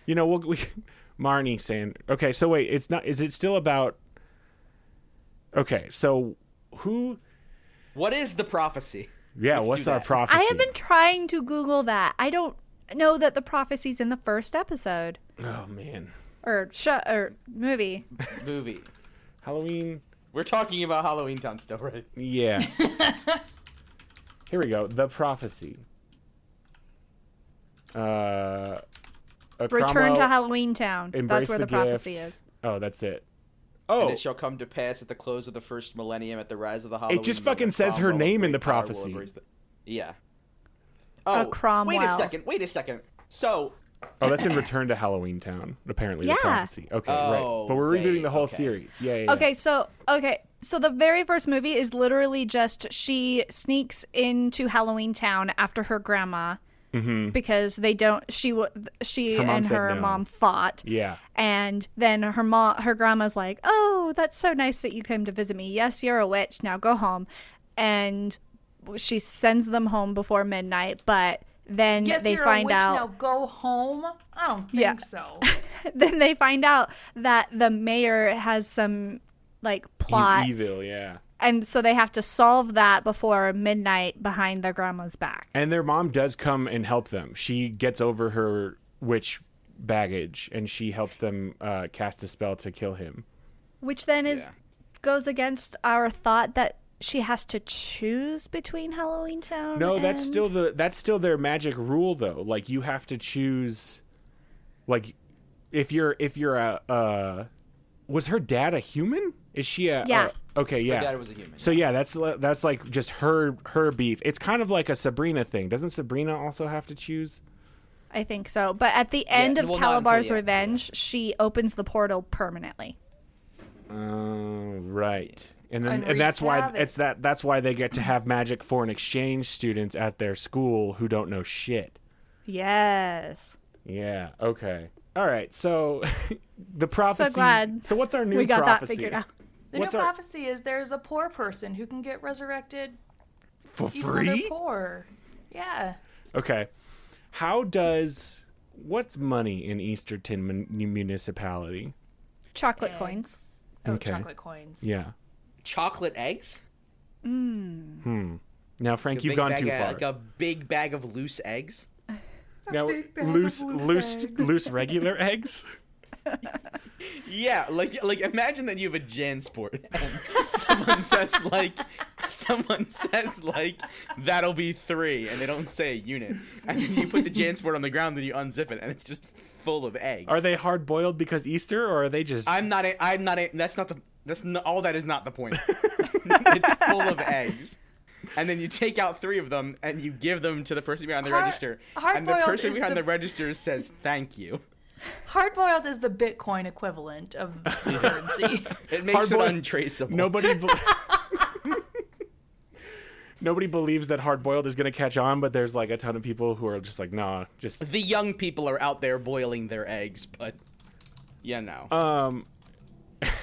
Speaker 1: You know, we'll, we Marnie saying, okay, so wait, it's not. Is it still about? Okay, so who?
Speaker 2: What is the prophecy?
Speaker 1: Yeah,
Speaker 2: Let's
Speaker 1: what's
Speaker 2: do
Speaker 1: our
Speaker 2: that.
Speaker 1: prophecy?
Speaker 4: I have been trying to Google that. I don't know that the prophecy's in the first episode
Speaker 1: Oh man,
Speaker 4: or sh- or movie.
Speaker 2: Movie.
Speaker 1: Halloween.
Speaker 2: We're talking about Halloween Town still, right?
Speaker 1: Yeah. Here we go. The prophecy. Uh, a
Speaker 4: Return to
Speaker 1: Cromwell-
Speaker 4: Halloween Town.
Speaker 1: Embrace
Speaker 4: That's where the,
Speaker 1: gift.
Speaker 4: prophecy is.
Speaker 1: Oh, that's it.
Speaker 2: And
Speaker 1: Oh,
Speaker 2: it shall come to pass at the close of the first millennium, at the rise of the Halloween.
Speaker 1: It just
Speaker 2: moon,
Speaker 1: fucking
Speaker 2: that
Speaker 1: says her
Speaker 2: Cromwell
Speaker 1: name in
Speaker 2: with
Speaker 1: the
Speaker 2: great power will
Speaker 1: prophecy.
Speaker 2: embrace the- Yeah. Oh, Wait a
Speaker 4: Cromwell.
Speaker 2: second. Wait a second. So,
Speaker 1: oh, that's in Return to Halloween Town. Apparently, the
Speaker 4: Yeah.
Speaker 1: prophecy. Okay, right.
Speaker 2: Oh,
Speaker 1: But we're
Speaker 2: they-
Speaker 1: rebooting the whole
Speaker 2: okay.
Speaker 1: series. Yeah, yeah, yeah.
Speaker 4: Okay, so okay, so the very first movie is literally just she sneaks into Halloween Town after her grandma because they don't. She wa- she
Speaker 1: Mm-hmm. Her mom
Speaker 4: and
Speaker 1: said
Speaker 4: her
Speaker 1: no.
Speaker 4: mom fought.
Speaker 1: Yeah. E-
Speaker 4: And then her mom, her grandma's like, "Oh, that's so nice that you came to visit me. Yes, you're a witch. Now go home." And she sends them home before midnight, but then
Speaker 3: Yes,
Speaker 4: they
Speaker 3: you're
Speaker 4: find
Speaker 3: a witch
Speaker 4: out
Speaker 3: now. Go home. I don't think
Speaker 4: Yeah.
Speaker 3: so.
Speaker 4: then they find out that the mayor has some like
Speaker 1: He's
Speaker 4: plot
Speaker 1: evil. Yeah.
Speaker 4: and so they have to solve that before midnight behind their grandma's back.
Speaker 1: And their mom does come and help them. She gets over her witch baggage and she helps them uh, cast a spell to kill him.
Speaker 4: Which then is
Speaker 2: Yeah.
Speaker 4: goes against our thought that she has to choose between Halloween Town.
Speaker 1: No, that's
Speaker 4: and-
Speaker 1: still the that's still their magic rule though. Like you have to choose like if you're if you're a uh was her dad a human? Is she a
Speaker 4: Yeah.
Speaker 1: a- okay, yeah.
Speaker 2: dad was a human,
Speaker 1: So yeah, that's li- that's like just her her beef. It's kind of like a Sabrina thing. Doesn't Sabrina also have to choose?
Speaker 4: I think so. But at the end of
Speaker 2: well, not until
Speaker 4: Calabar's
Speaker 2: the end, yeah.
Speaker 4: Revenge, she opens the portal permanently.
Speaker 1: Oh,
Speaker 2: Um,
Speaker 1: right. And then
Speaker 3: And
Speaker 1: and that's why
Speaker 3: wreaks
Speaker 1: it's that that's why they get to have magic foreign exchange students at their school who don't know shit.
Speaker 4: Yes.
Speaker 1: Yeah. Okay. All right. So the prophecy.
Speaker 4: glad
Speaker 1: so what's our new
Speaker 4: we got that
Speaker 1: prophecy?
Speaker 4: figured out.
Speaker 3: The
Speaker 1: What's
Speaker 3: new
Speaker 1: our-
Speaker 3: prophecy is there's a poor person who can get resurrected
Speaker 1: for
Speaker 3: even though they're
Speaker 1: free.
Speaker 3: poor. Yeah.
Speaker 1: Okay. How does what's money in Easterton mun- municipality?
Speaker 4: Chocolate coins.
Speaker 3: Eggs. Oh,
Speaker 1: Okay.
Speaker 3: chocolate coins.
Speaker 1: Yeah.
Speaker 2: chocolate eggs?
Speaker 1: Now, Frank,
Speaker 2: A
Speaker 1: you've
Speaker 2: big
Speaker 1: gone
Speaker 2: bag
Speaker 1: too
Speaker 2: of-
Speaker 1: far.
Speaker 2: Like a big bag of loose eggs?
Speaker 1: now,
Speaker 3: big bag of
Speaker 1: loose,
Speaker 3: loose
Speaker 1: loose,
Speaker 3: eggs.
Speaker 1: loose, regular eggs.
Speaker 2: Yeah, like like imagine that you have a JanSport. And someone says like, someone says like, that'll be three, and they don't say a unit. And then you put the JanSport on the ground, then you unzip it, and it's just full of eggs.
Speaker 1: Are they hard boiled because Easter, or are they just?
Speaker 2: I'm not. A, I'm not. A, that's not the. That's not, all. That is not the point. it's full of eggs. And then you take out three of them and you give them to the person behind the
Speaker 3: Hard-
Speaker 2: register. And the
Speaker 3: hard-boiled
Speaker 2: person
Speaker 3: is
Speaker 2: behind the...
Speaker 3: the-
Speaker 2: register says thank you.
Speaker 3: Hard boiled is the Bitcoin equivalent of currency.
Speaker 2: It makes it
Speaker 1: Hard-boiled-
Speaker 2: untraceable.
Speaker 1: Nobody. Be- Nobody believes that hard boiled is going to catch on, but there's like a ton of people who are just like, nah, just
Speaker 2: the young people are out there boiling their eggs, but yeah, no.
Speaker 1: um.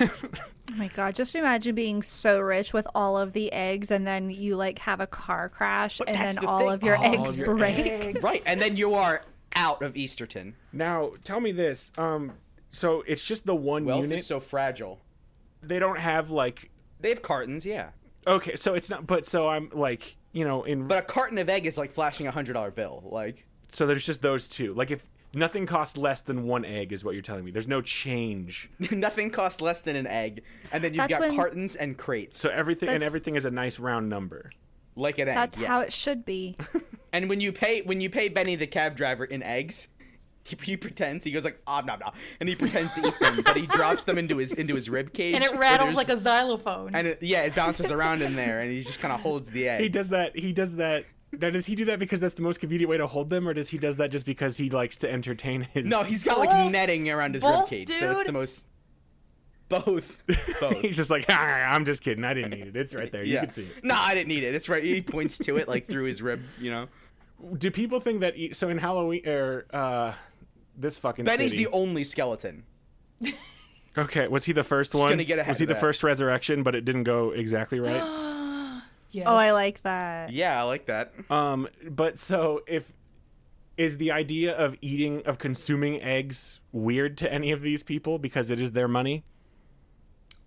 Speaker 4: Oh my god, just imagine being so rich with all of the eggs and then you like have a car crash and
Speaker 2: that's
Speaker 4: then
Speaker 2: the
Speaker 4: all
Speaker 2: thing,
Speaker 4: of your
Speaker 2: all of
Speaker 4: eggs
Speaker 2: your
Speaker 4: break.
Speaker 3: Eggs.
Speaker 2: right, and then you are out of Easterton.
Speaker 1: Now, tell me this. Um, so it's just the one
Speaker 2: Wealth
Speaker 1: unit.
Speaker 2: is so fragile.
Speaker 1: they don't have like.
Speaker 2: They have cartons, yeah,
Speaker 1: Okay, so it's not. But so I'm like, you know, in
Speaker 2: but a carton of egg is like flashing a hundred dollar bill. Like,
Speaker 1: so there's just those two. Like if nothing costs less than one egg, is what you're telling me. There's no change.
Speaker 2: Nothing costs less than an egg, and then you've
Speaker 4: That's
Speaker 2: got
Speaker 4: when-
Speaker 2: cartons and crates,
Speaker 1: So everything and
Speaker 4: That's-
Speaker 1: everything is a nice round number.
Speaker 2: like an egg.
Speaker 4: That's
Speaker 2: yeah.
Speaker 4: how it should be.
Speaker 2: And when you pay, when you pay Benny the cab driver in eggs, he, he pretends he goes like ah nah nah, and he pretends to eat them, but he drops them into his into his rib cage,
Speaker 3: And it
Speaker 2: so
Speaker 3: rattles
Speaker 2: there's-
Speaker 3: like a xylophone.
Speaker 2: and it, yeah, it bounces around in there, and he just kind of holds the eggs.
Speaker 1: He does that. He does that. Now, does he do that because that's the most convenient way to hold them, or does he does that just because he likes to entertain his?
Speaker 2: No, he's got like
Speaker 3: Both-
Speaker 2: netting around his rib
Speaker 3: both,
Speaker 2: cage, so it's the
Speaker 3: dude.
Speaker 2: most. Both, both.
Speaker 1: he's just like, "Ah, I'm just kidding. I didn't need it. It's right there. You
Speaker 2: yeah.
Speaker 1: can see it.
Speaker 2: Nah, I didn't need it. It's right. He points to it like through his rib, you know.
Speaker 1: Do people think that? E- so in Halloween or uh, this fucking
Speaker 2: Benny's
Speaker 1: city-
Speaker 2: the only skeleton.
Speaker 1: Okay, was he the first one?
Speaker 2: gonna get ahead
Speaker 1: was he
Speaker 2: of
Speaker 1: the
Speaker 2: that.
Speaker 1: first resurrection, but it didn't go exactly right?
Speaker 3: yes.
Speaker 4: Oh, I like that.
Speaker 2: Yeah, I like that.
Speaker 1: um, but so if Is the idea of eating, of consuming eggs weird to any of these people because it is their money?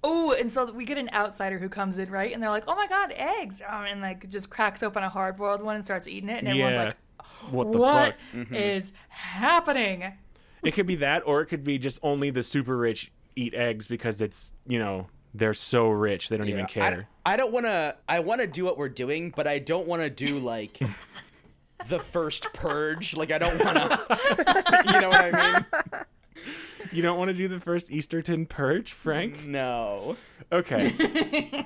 Speaker 3: Oh, and so we get an outsider who comes in, right? And they're like, "Oh my god, eggs!" Um, and like just cracks open a hard-boiled one and starts eating it, and everyone's
Speaker 1: Yeah.
Speaker 3: like,
Speaker 1: What
Speaker 3: "What
Speaker 1: the Mm-hmm.
Speaker 3: is
Speaker 1: fuck?
Speaker 3: happening?"
Speaker 1: It could be that, or it could be just only the super rich eat eggs because it's, you know, they're so rich they don't even
Speaker 2: Yeah, I-
Speaker 1: care.
Speaker 2: I, don't want to. I want to do what we're doing, but I don't want to do like the first purge. Like I don't want to. you know what I
Speaker 1: You don't want to do the first Easterton purge, Frank?
Speaker 2: mean? No.
Speaker 1: Okay.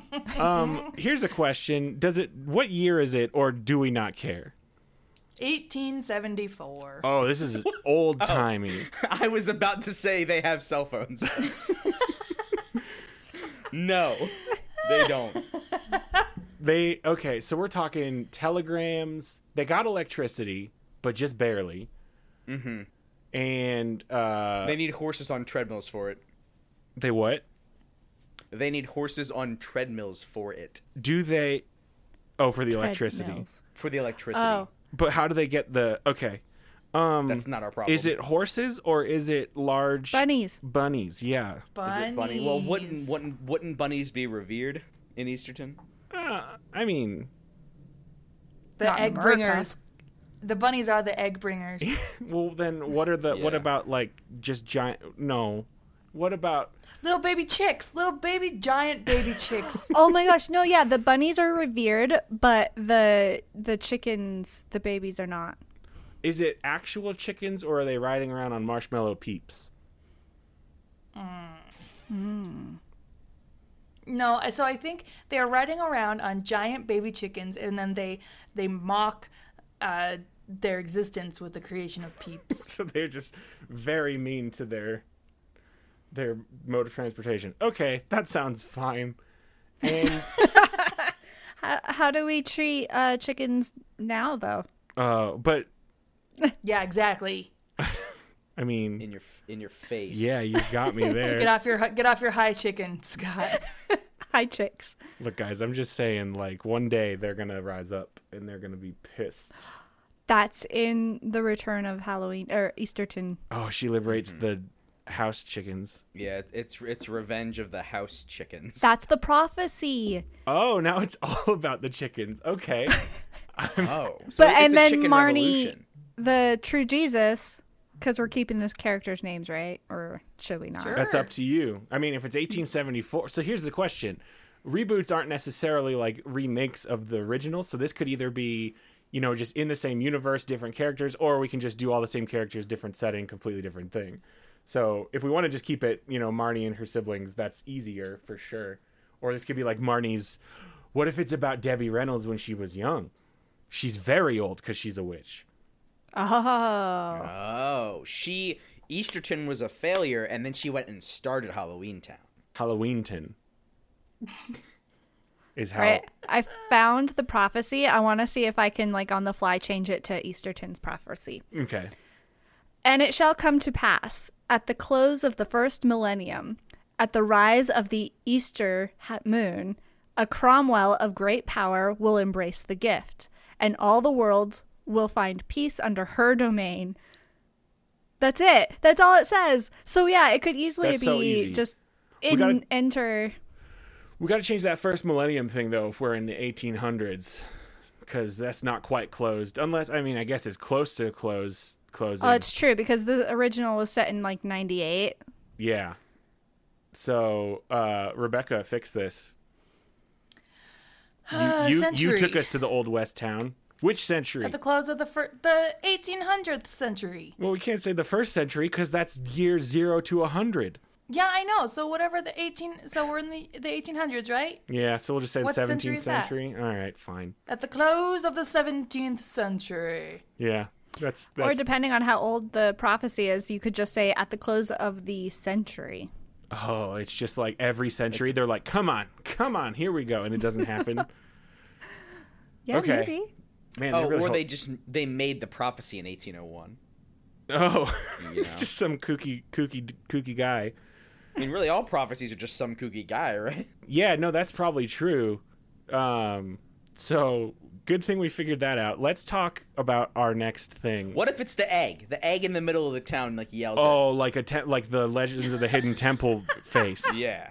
Speaker 1: um, here's a question: Does it? What year is it, or do we not care?
Speaker 3: 1874.
Speaker 1: Oh, this is old timey.
Speaker 2: I was about to say they have cell phones. no, they don't.
Speaker 1: They okay. So we're talking telegrams. They got electricity, but just barely. Mm-hmm. And uh,
Speaker 2: They need horses on treadmills for it.
Speaker 1: they what?
Speaker 2: They need horses on treadmills for it.
Speaker 1: Do they? Oh, for the electricity.
Speaker 4: Treadmills.
Speaker 2: For the electricity.
Speaker 4: Oh.
Speaker 1: But how do they get the? Okay. Um,
Speaker 2: That's not our problem.
Speaker 1: Is it horses or is it large
Speaker 4: Bunnies.
Speaker 1: Bunnies, yeah.
Speaker 2: Is
Speaker 3: Bunnies.
Speaker 2: it bunny? Well, wouldn't wouldn't wouldn't bunnies be revered in Easterton?
Speaker 1: Uh, I mean,
Speaker 3: the
Speaker 4: Not
Speaker 3: egg
Speaker 4: America.
Speaker 3: bringers? The bunnies are the egg bringers.
Speaker 1: Well, then what are the what
Speaker 2: Yeah.
Speaker 1: about like just giant? No, what about
Speaker 3: little baby chicks, little baby giant baby chicks.
Speaker 4: Oh my gosh, no, yeah, the bunnies are revered, but the the chickens, the babies are not.
Speaker 1: is it actual chickens or are they riding around on marshmallow peeps?
Speaker 3: No, uh, so I think they're riding around on giant baby chickens, and then they they mock uh, their existence with the creation of peeps.
Speaker 1: So they're just very mean to their their mode of transportation. Okay, that sounds fine.
Speaker 4: Um,
Speaker 1: And
Speaker 4: How, how do we treat uh, chickens now, though?
Speaker 1: uh, but
Speaker 3: yeah, exactly.
Speaker 1: I mean,
Speaker 2: In your f- in your face.
Speaker 1: yeah, you got me
Speaker 3: Get
Speaker 1: there.
Speaker 3: off your hi- get off your high chicken, Scott.
Speaker 4: Hi, chicks.
Speaker 1: Look, guys, I'm just saying, like one day they're gonna rise up and they're gonna be pissed.
Speaker 4: That's in the Return of Halloween or Easterton.
Speaker 1: Oh, she liberates the house chickens.
Speaker 2: Yeah, it- it's it's revenge of the house chickens.
Speaker 4: That's the prophecy.
Speaker 1: Oh, now it's all about the chickens. Okay.
Speaker 2: oh. So
Speaker 4: But
Speaker 2: it's
Speaker 4: and
Speaker 2: a
Speaker 4: then
Speaker 2: chicken
Speaker 4: Marnie,
Speaker 2: revolution.
Speaker 4: the true Jesus, because we're keeping those characters' names right, or should we not?
Speaker 1: That's up to you. I mean, if it's 1874, so here's the question: reboots aren't necessarily like remakes of the original, so this could either be, you know, just in the same universe, different characters, or we can just do all the same characters, different setting, completely different thing. So if we want to just keep it, you know, Marnie and her siblings, that's easier for sure. Or this could be like Marnie's. What if it's about Debbie Reynolds when she was young? She's very old because she's a witch.
Speaker 4: Oh,
Speaker 2: Oh, she Easterton was a failure, and then she went and started Halloween Town.
Speaker 1: Halloweenton is how.
Speaker 4: right. I found the prophecy. I want to see if I can, like, on the fly, change it to Easterton's prophecy.
Speaker 1: Okay.
Speaker 4: And it shall come to pass at the close of the first millennium, at the rise of the Easter ha- moon, a Cromwell of great power will embrace the gift, and all the world will find peace under her domain. That's it. That's all it says. So yeah, it could easily
Speaker 1: That's
Speaker 4: be
Speaker 1: so easy.
Speaker 4: just in
Speaker 1: gotta-
Speaker 4: enter.
Speaker 1: We got to change that first millennium thing though if we're in the 1800s cuz that's not quite closed unless I mean I guess it's close to close closing.
Speaker 4: Oh,
Speaker 3: Uh,
Speaker 4: it's true because the original was set in like '98.
Speaker 1: yeah. So, uh Rebecca fix this. You you, you
Speaker 3: Uh, century.
Speaker 1: took us to the old west town. Which century?
Speaker 3: At the close of the fir- the 1800th century.
Speaker 1: well, we can't say the first century cuz that's year 0 to 100.
Speaker 3: Yeah, I know. So whatever the 18, so we're in the the 1800s, right?
Speaker 1: Yeah, so we'll just say the
Speaker 3: What
Speaker 1: 17th
Speaker 3: century is that?
Speaker 1: century. All right, fine.
Speaker 3: At the close of the 17th century.
Speaker 1: Yeah. That's
Speaker 4: Or
Speaker 1: that's
Speaker 4: depending on how old the prophecy is, you could just say at the close of the century.
Speaker 1: Oh, it's just like every century they're like, "Come on. Come on. Here we go." And it doesn't happen.
Speaker 4: Yeah,
Speaker 1: Okay.
Speaker 4: maybe.
Speaker 1: Man, they
Speaker 2: Oh,
Speaker 1: really
Speaker 2: or
Speaker 1: help-
Speaker 2: they just they made the prophecy in 1801.
Speaker 1: Oh,
Speaker 2: You know?
Speaker 1: just some kooky, kooky, kooky guy.
Speaker 2: I mean, really, all prophecies are just some kooky guy, right?
Speaker 1: Yeah, no, that's probably true. Um, so Good thing we figured that out. Let's talk about our next thing.
Speaker 2: What if it's the egg? The egg in the middle of the town like yells. at-
Speaker 1: Oh, like a te- like the Legends of the Hidden Temple face.
Speaker 2: yeah.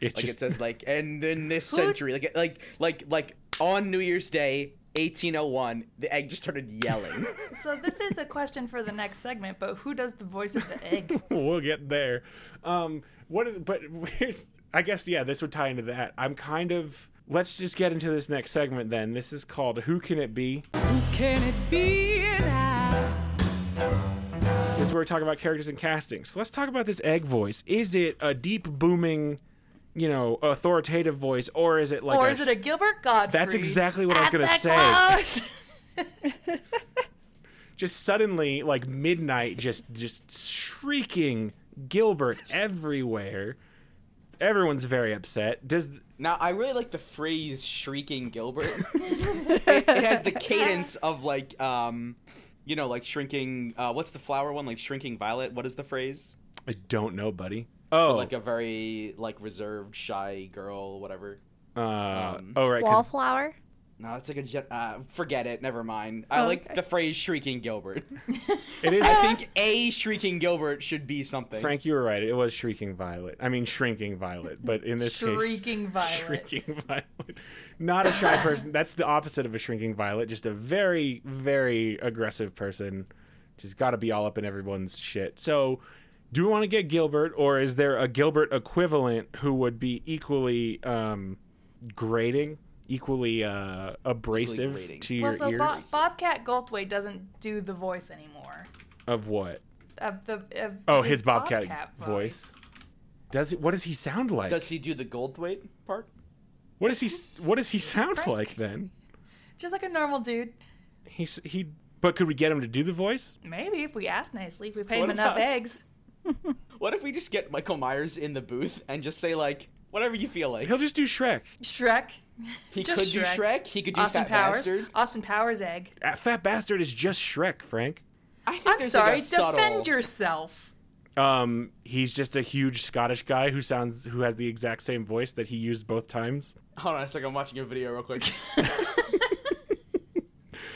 Speaker 1: It
Speaker 2: Like
Speaker 1: just
Speaker 2: it says like, and in this century, like like like like on New Year's Day, 1801, the egg just started yelling.
Speaker 3: So this is a question for the next segment, but who does the voice of the egg?
Speaker 1: we'll get there. Um, what? is- But here's, I guess, yeah, this would tie into that. I'm kind of. Let's just get into this next segment then. This is called "Who Can It Be." Who can it be now? This is where we're talking about characters and casting. So let's talk about this egg voice. Is it a deep booming, you know, authoritative voice, or is it like?
Speaker 3: or
Speaker 1: a-
Speaker 3: is it a Gilbert Godfrey?
Speaker 1: That's exactly what I was
Speaker 3: at
Speaker 1: gonna
Speaker 3: the
Speaker 1: say.
Speaker 3: close?
Speaker 1: just suddenly like midnight just just shrieking gilbert everywhere everyone's very upset does
Speaker 2: now I really like the phrase "shrieking Gilbert." it, it has the cadence of like um, you know, like shrinking. Uh, what's the flower one? Like shrinking violet. What is the phrase?
Speaker 1: i don't know buddy oh
Speaker 2: Like a very like reserved, shy girl, whatever.
Speaker 1: uh,
Speaker 2: um,
Speaker 1: oh right 'cause-
Speaker 4: Wallflower.
Speaker 2: No, that's like a gen- uh, forget it. Never mind. I
Speaker 4: Oh,
Speaker 2: like
Speaker 4: okay.
Speaker 2: the phrase "shrieking Gilbert."
Speaker 1: it is
Speaker 2: I think a shrieking Gilbert should be something.
Speaker 1: frank you were right it was shrieking violet i mean shrinking violet but in this case
Speaker 3: Shrieking Violet.
Speaker 1: shrinking violet not a shy person that's the opposite of a shrinking violet just a very very aggressive person just got to be all up in everyone's shit so do we want to get gilbert or is there a gilbert equivalent who would be equally um grating equally uh abrasive
Speaker 2: grating.
Speaker 1: to your
Speaker 3: Well, so
Speaker 1: ears
Speaker 3: Bo- Bobcat Goldthway doesn't do the voice anymore
Speaker 1: of what
Speaker 3: of the of
Speaker 1: oh his, bobcat, voice. does it what does he sound like
Speaker 2: Does he do the Goldthwait part?
Speaker 1: what does he s- what does he sound
Speaker 3: Frank.
Speaker 1: like then
Speaker 3: just like a normal dude.
Speaker 1: He s- he. But could we get him to do the voice?
Speaker 3: Maybe if we ask nicely, if we pay him
Speaker 2: What
Speaker 3: enough
Speaker 2: about-
Speaker 3: eggs.
Speaker 2: What if we just get Michael Myers in the booth and just say like whatever you feel like?
Speaker 1: He'll just do Shrek.
Speaker 3: Shrek,
Speaker 2: He could
Speaker 3: just
Speaker 2: do
Speaker 3: Shrek.
Speaker 2: Shrek. He could do
Speaker 3: Austin
Speaker 2: Fat
Speaker 3: Powers,
Speaker 2: Bastard.
Speaker 3: Austin Powers egg.
Speaker 1: Uh, Fat bastard is just Shrek, Frank.
Speaker 2: I think
Speaker 3: I'm
Speaker 2: there's, like,
Speaker 3: sorry,
Speaker 2: a
Speaker 3: defend
Speaker 2: subtle-
Speaker 3: yourself.
Speaker 1: Um, he's just a huge Scottish guy who sounds who has the exact same voice that he used both times.
Speaker 2: Hold on a second. I'm watching a video real quick.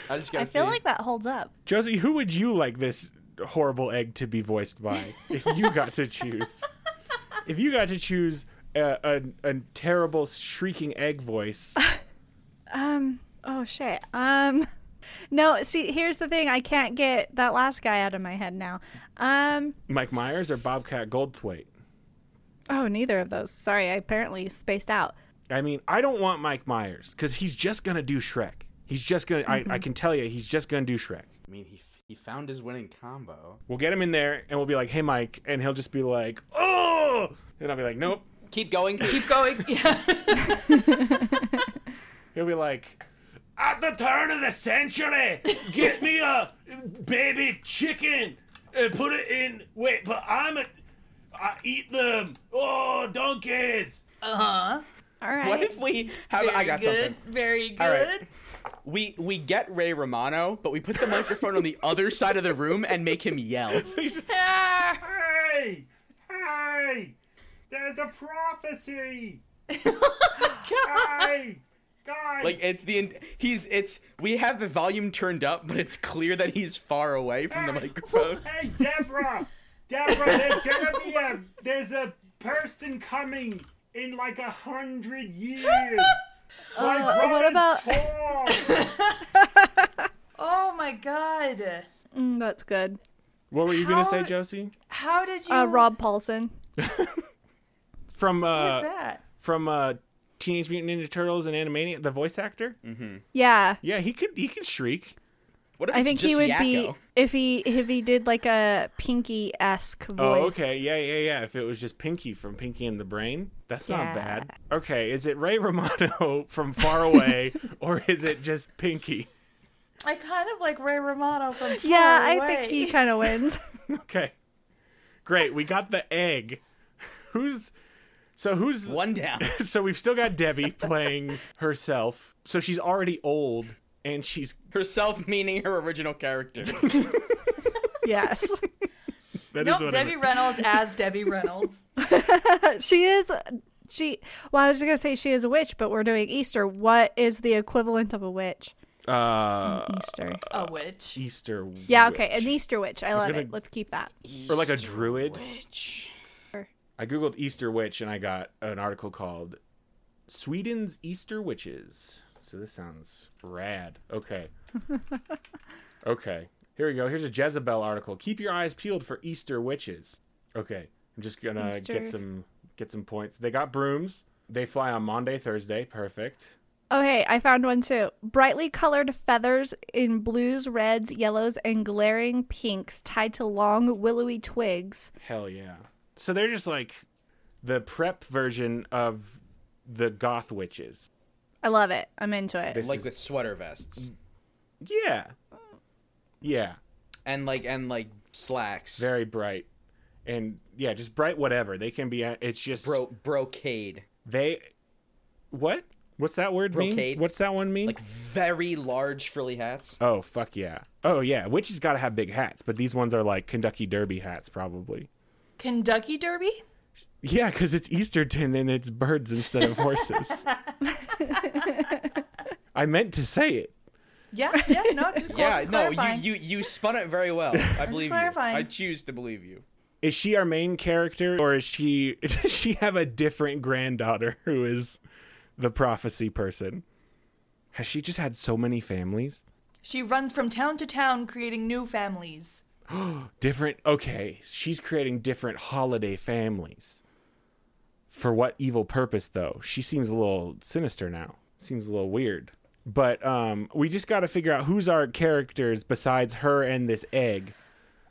Speaker 2: I just gotta
Speaker 4: I feel
Speaker 2: see.
Speaker 4: like that holds up.
Speaker 1: Josie, who would you like this horrible egg to be voiced by if you got to choose? If you got to choose a, a, a terrible shrieking egg voice,
Speaker 4: Um. Oh shit. Um. No. See, here's the thing. I can't get that last guy out of my head now. Um.
Speaker 1: Mike Myers or Bobcat Goldthwait?
Speaker 4: Oh, neither of those. Sorry, I apparently spaced out.
Speaker 1: I mean, I don't want Mike Myers because he's just gonna do Shrek. He's just gonna. I, I can tell you, he's just gonna do Shrek.
Speaker 2: I mean, he he found his winning combo.
Speaker 1: We'll get him in there and we'll be like, "Hey, Mike," and he'll just be like, "Oh," and I'll be like, "Nope."
Speaker 2: Keep going.
Speaker 3: Keep going.
Speaker 1: He'll be like, "At the turn of the century, get me a baby chicken and put it in." Wait, but I'm a. I eat them. Oh, donkeys!
Speaker 4: All right.
Speaker 2: what if we have?
Speaker 3: Very
Speaker 2: I got
Speaker 3: good.
Speaker 2: something.
Speaker 3: Very good.
Speaker 2: All right. We we get Ray Romano, but we put the microphone on the other side of the room and make him yell.
Speaker 3: Ah.
Speaker 1: Hey, hey! There's a prophecy. Hey, guys!
Speaker 2: Like it's the in- he's it's we have the volume turned up, but it's clear that he's far away from the microphone.
Speaker 1: Hey, Deborah! Deborah, there's gonna be a there's a person coming in like a hundred years. My
Speaker 4: Uh, what
Speaker 1: brother's
Speaker 4: about-
Speaker 1: torn.
Speaker 3: Oh my god.
Speaker 4: Mm, that's good.
Speaker 1: What were you
Speaker 3: gonna say, How-
Speaker 1: Josie?
Speaker 3: How did you
Speaker 4: Uh, Rob Paulson.
Speaker 1: From
Speaker 3: Who's
Speaker 1: uh,
Speaker 3: that?
Speaker 1: from uh, Teenage Mutant Ninja Turtles and Animaniac, the voice actor.
Speaker 4: Yeah.
Speaker 1: Yeah, he could he could shriek.
Speaker 2: What if
Speaker 4: I
Speaker 2: it's
Speaker 4: think
Speaker 2: just
Speaker 4: he would
Speaker 2: Yakko?
Speaker 4: be if he if he did like a Pinky esque voice.
Speaker 1: Oh, okay, yeah, yeah, yeah. If it was just Pinky from Pinky and the Brain, that's not
Speaker 4: Yeah.
Speaker 1: bad. Okay, is it Ray Romano from Far Away, or is it just Pinky?
Speaker 3: I kind of like Ray Romano from Far
Speaker 4: Yeah, I
Speaker 3: Away.
Speaker 4: think he kind of wins.
Speaker 1: Okay. Great. We got the egg. Who's so who's
Speaker 2: one down.
Speaker 1: so we've still got Debbie playing herself. So she's already old and she's
Speaker 2: Herself meaning her original character.
Speaker 4: yes,
Speaker 1: that is
Speaker 3: Nope,
Speaker 1: what I
Speaker 3: Debbie
Speaker 1: meant.
Speaker 3: Reynolds as Debbie Reynolds.
Speaker 4: she is She. Well, I was gonna say she is a witch, but we're doing Easter. What is the equivalent of a witch?
Speaker 1: Uh,
Speaker 4: Easter.
Speaker 3: A witch.
Speaker 1: Easter.
Speaker 4: Yeah.
Speaker 1: witch.
Speaker 4: Okay. An Easter witch. I love
Speaker 1: gonna-
Speaker 4: it. Let's keep that.
Speaker 1: Or like a druid.
Speaker 2: Witch.
Speaker 1: I googled Easter witch and I got an article called Sweden's Easter witches. So this sounds rad. Okay. okay. Here we go. Here's a Jezebel article. Keep your eyes peeled for Easter witches. Okay. I'm just going to
Speaker 4: Easter.
Speaker 1: get some get some points. They got brooms. They fly on Monday, Thursday. Perfect.
Speaker 4: Oh, hey, I found one too. Brightly colored feathers in blues, reds, yellows, and glaring pinks tied to long, willowy twigs.
Speaker 1: Hell yeah. So they're just like the prep version of the goth witches.
Speaker 4: I love it. I'm into it.
Speaker 1: This
Speaker 2: Like
Speaker 1: is-
Speaker 2: with sweater vests
Speaker 1: yeah. Yeah.
Speaker 2: and like and like slacks.
Speaker 1: very bright and yeah just bright whatever they can be it's just
Speaker 2: Bro, brocade,
Speaker 1: they what what's that word mean
Speaker 2: Brocade.
Speaker 1: what's that one mean
Speaker 2: like very large frilly hats.
Speaker 1: oh fuck yeah oh yeah witches gotta have big hats but these ones are like kentucky derby hats probably
Speaker 3: Kentucky Derby?
Speaker 1: yeah because it's easterton and it's birds instead of horses i meant to say it
Speaker 3: Yeah, yeah, no, just,
Speaker 2: Yeah,
Speaker 3: just
Speaker 2: no,
Speaker 3: clarifying.
Speaker 2: you, you you spun it very well. I believe you.
Speaker 3: clarifying.
Speaker 2: I choose to believe you.
Speaker 1: is she our main character or is she does she have a different granddaughter who is the prophecy person has she just had so many families
Speaker 3: She runs from town to town creating new families.
Speaker 1: different okay she's creating different holiday families for what evil purpose though she seems a little sinister now seems a little weird but um we just got to figure out who's our characters besides her and this egg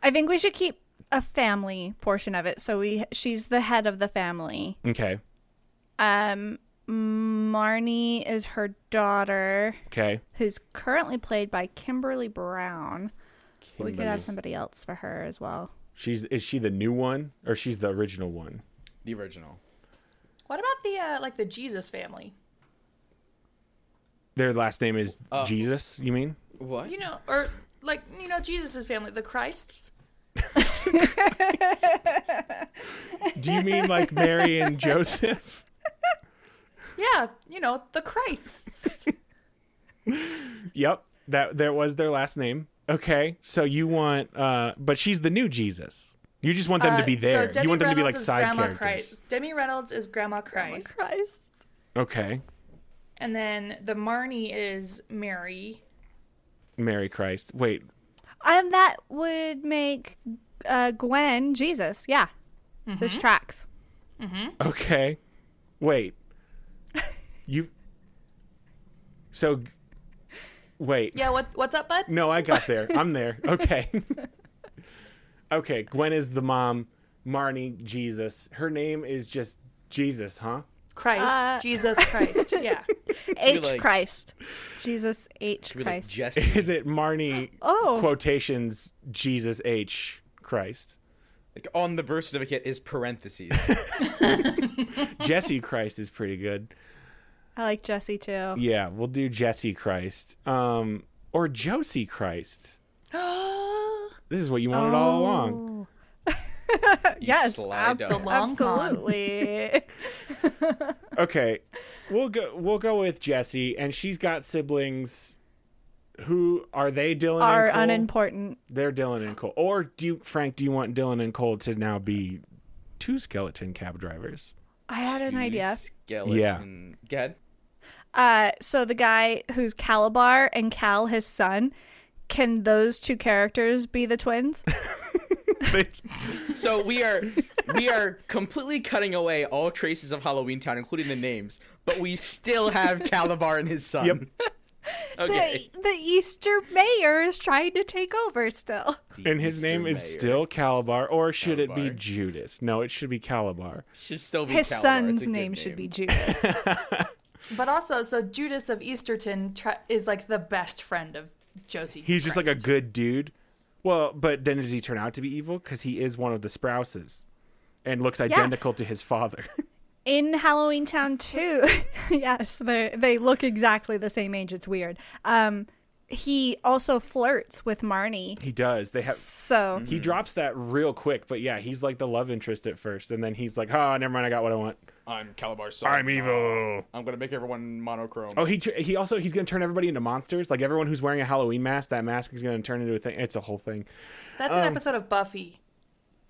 Speaker 4: I think we should keep a family portion of it. So we she's the head of the family.
Speaker 1: okay
Speaker 4: Um Marnie is her daughter
Speaker 1: okay
Speaker 4: who's currently played by Kimberly Brown. We could have
Speaker 1: Kimberly.
Speaker 4: somebody else for her as well.
Speaker 1: she's is she the new one or she's the original one
Speaker 2: The original.
Speaker 3: What about the uh, like the Jesus family?
Speaker 1: their last name is jesus you mean
Speaker 2: What?
Speaker 3: You know, or like you know Jesus's family, the Christs.
Speaker 1: do you mean like mary and joseph
Speaker 3: Yeah, you know the Christs.
Speaker 1: Yep. That that was their last name. Okay. So you want uh but she's the new Jesus. You just want them to be
Speaker 3: Uh,
Speaker 1: there.
Speaker 3: Debbie
Speaker 1: you want them to be like
Speaker 3: Reynolds is
Speaker 1: side
Speaker 3: Grandma
Speaker 1: characters.
Speaker 3: Christ. Demi Reynolds is Grandma Christ,
Speaker 4: Christ.
Speaker 1: Okay.
Speaker 3: and then the Marnie is Mary.
Speaker 1: Mary Christ. Wait.
Speaker 4: And that would make uh Gwen Jesus. Yeah. This tracks.
Speaker 1: Okay. Wait. You So g- Wait.
Speaker 3: Yeah, what what's up, bud?
Speaker 1: No, I got there. I'm there. Okay. okay, Gwen is the mom, Marnie Jesus. Her name is just Jesus, huh?
Speaker 3: Christ,
Speaker 4: Uh,
Speaker 3: Jesus Christ. Yeah,
Speaker 4: H
Speaker 2: like-
Speaker 4: Christ. Jesus H
Speaker 2: Be like
Speaker 4: Christ.
Speaker 2: Jesse,
Speaker 1: Is it Marnie
Speaker 4: Oh.
Speaker 1: quotations Jesus H Christ?
Speaker 2: like on the birth certificate is parentheses.
Speaker 1: Jesse Christ is pretty good.
Speaker 4: I like Jesse too.
Speaker 1: Yeah, we'll do Jesse Christ. Um or Josie Christ. This is what you wanted
Speaker 4: Oh.
Speaker 1: all along.
Speaker 4: Yes,
Speaker 2: sly
Speaker 4: ab-
Speaker 2: dog. The
Speaker 3: long con.
Speaker 4: absolutely.
Speaker 1: Okay. We'll go we'll go with Jesse and she's got siblings who are they Dylan
Speaker 4: Are
Speaker 1: and Cole?
Speaker 4: unimportant.
Speaker 1: They're Dylan and Cole. Or do you, Frank, do you want Dylan and Cole to now be two skeleton cab drivers?
Speaker 4: I had an idea.
Speaker 2: Skeleton. Yeah. Go ahead.
Speaker 4: Uh, so the guy who's Calabar and Cal, his son, can those two characters be the twins?
Speaker 2: So we are we are completely cutting away all traces of Halloween Town, including the names. But we still have Calabar and his son.
Speaker 1: Yep.
Speaker 2: Okay.
Speaker 4: The, the Easter mayor is trying to take over still.
Speaker 1: And his
Speaker 2: Mr.
Speaker 1: name
Speaker 2: Mayor.
Speaker 1: is still Calabar, or should it
Speaker 2: Calabar.
Speaker 1: be Judas? No, it should be Calabar.
Speaker 2: should still be
Speaker 4: His
Speaker 2: Calabar. It's a
Speaker 4: son's
Speaker 2: good
Speaker 4: name, should be Judas.
Speaker 3: but also, so Judas of Easterton tri- is like the best friend of Josie.
Speaker 1: He's just like a
Speaker 3: Christ.
Speaker 1: good dude. Well, but then does he turn out to be evil? Because he is one of the Sprouses and looks identical to his father.
Speaker 4: In Halloween Town 2, yes, they they look exactly the same age. It's weird. Um, he also flirts with Marnie.
Speaker 1: he does. They have.
Speaker 4: So
Speaker 1: Mm-hmm. He drops that real quick, but yeah, he's like the love interest at first, and then he's like, "Ah, never mind, I got what I want."
Speaker 2: I'm Calabar.
Speaker 1: I'm evil.
Speaker 2: I'm gonna make everyone monochrome.
Speaker 1: Oh, he tr- he also he's gonna turn everybody into monsters. Like everyone who's wearing a Halloween mask, that mask is gonna turn into a thing. It's a whole thing.
Speaker 3: That's
Speaker 1: um,
Speaker 3: an episode of Buffy.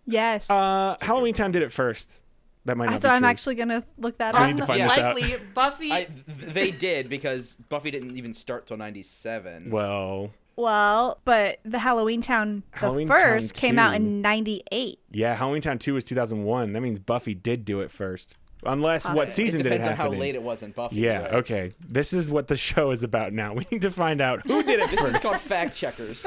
Speaker 4: Yes.
Speaker 1: Uh, Halloween Town did it first. That might not.
Speaker 4: so
Speaker 1: be
Speaker 4: I'm
Speaker 1: true.
Speaker 4: actually gonna look that
Speaker 1: need
Speaker 4: up.
Speaker 1: to find this out.
Speaker 3: Unlikely, Um, Buffy.
Speaker 2: I, th- they did because Buffy didn't even start till '97.
Speaker 1: well.
Speaker 4: Well, but the Halloween Town the
Speaker 1: Halloween Town
Speaker 4: first came out
Speaker 1: 2.
Speaker 4: in '98.
Speaker 1: Yeah, Halloween Town Two was 2001. That means Buffy did do it first. Unless what
Speaker 4: Possibly.
Speaker 1: season
Speaker 2: it
Speaker 1: did it
Speaker 2: depends on
Speaker 1: happen?
Speaker 2: how
Speaker 1: in?
Speaker 2: late it was in Buffy.
Speaker 1: yeah.
Speaker 2: right?
Speaker 1: Okay. This is what the show is about now. We need to find out who did it
Speaker 2: This is
Speaker 1: first.
Speaker 2: called fact checkers.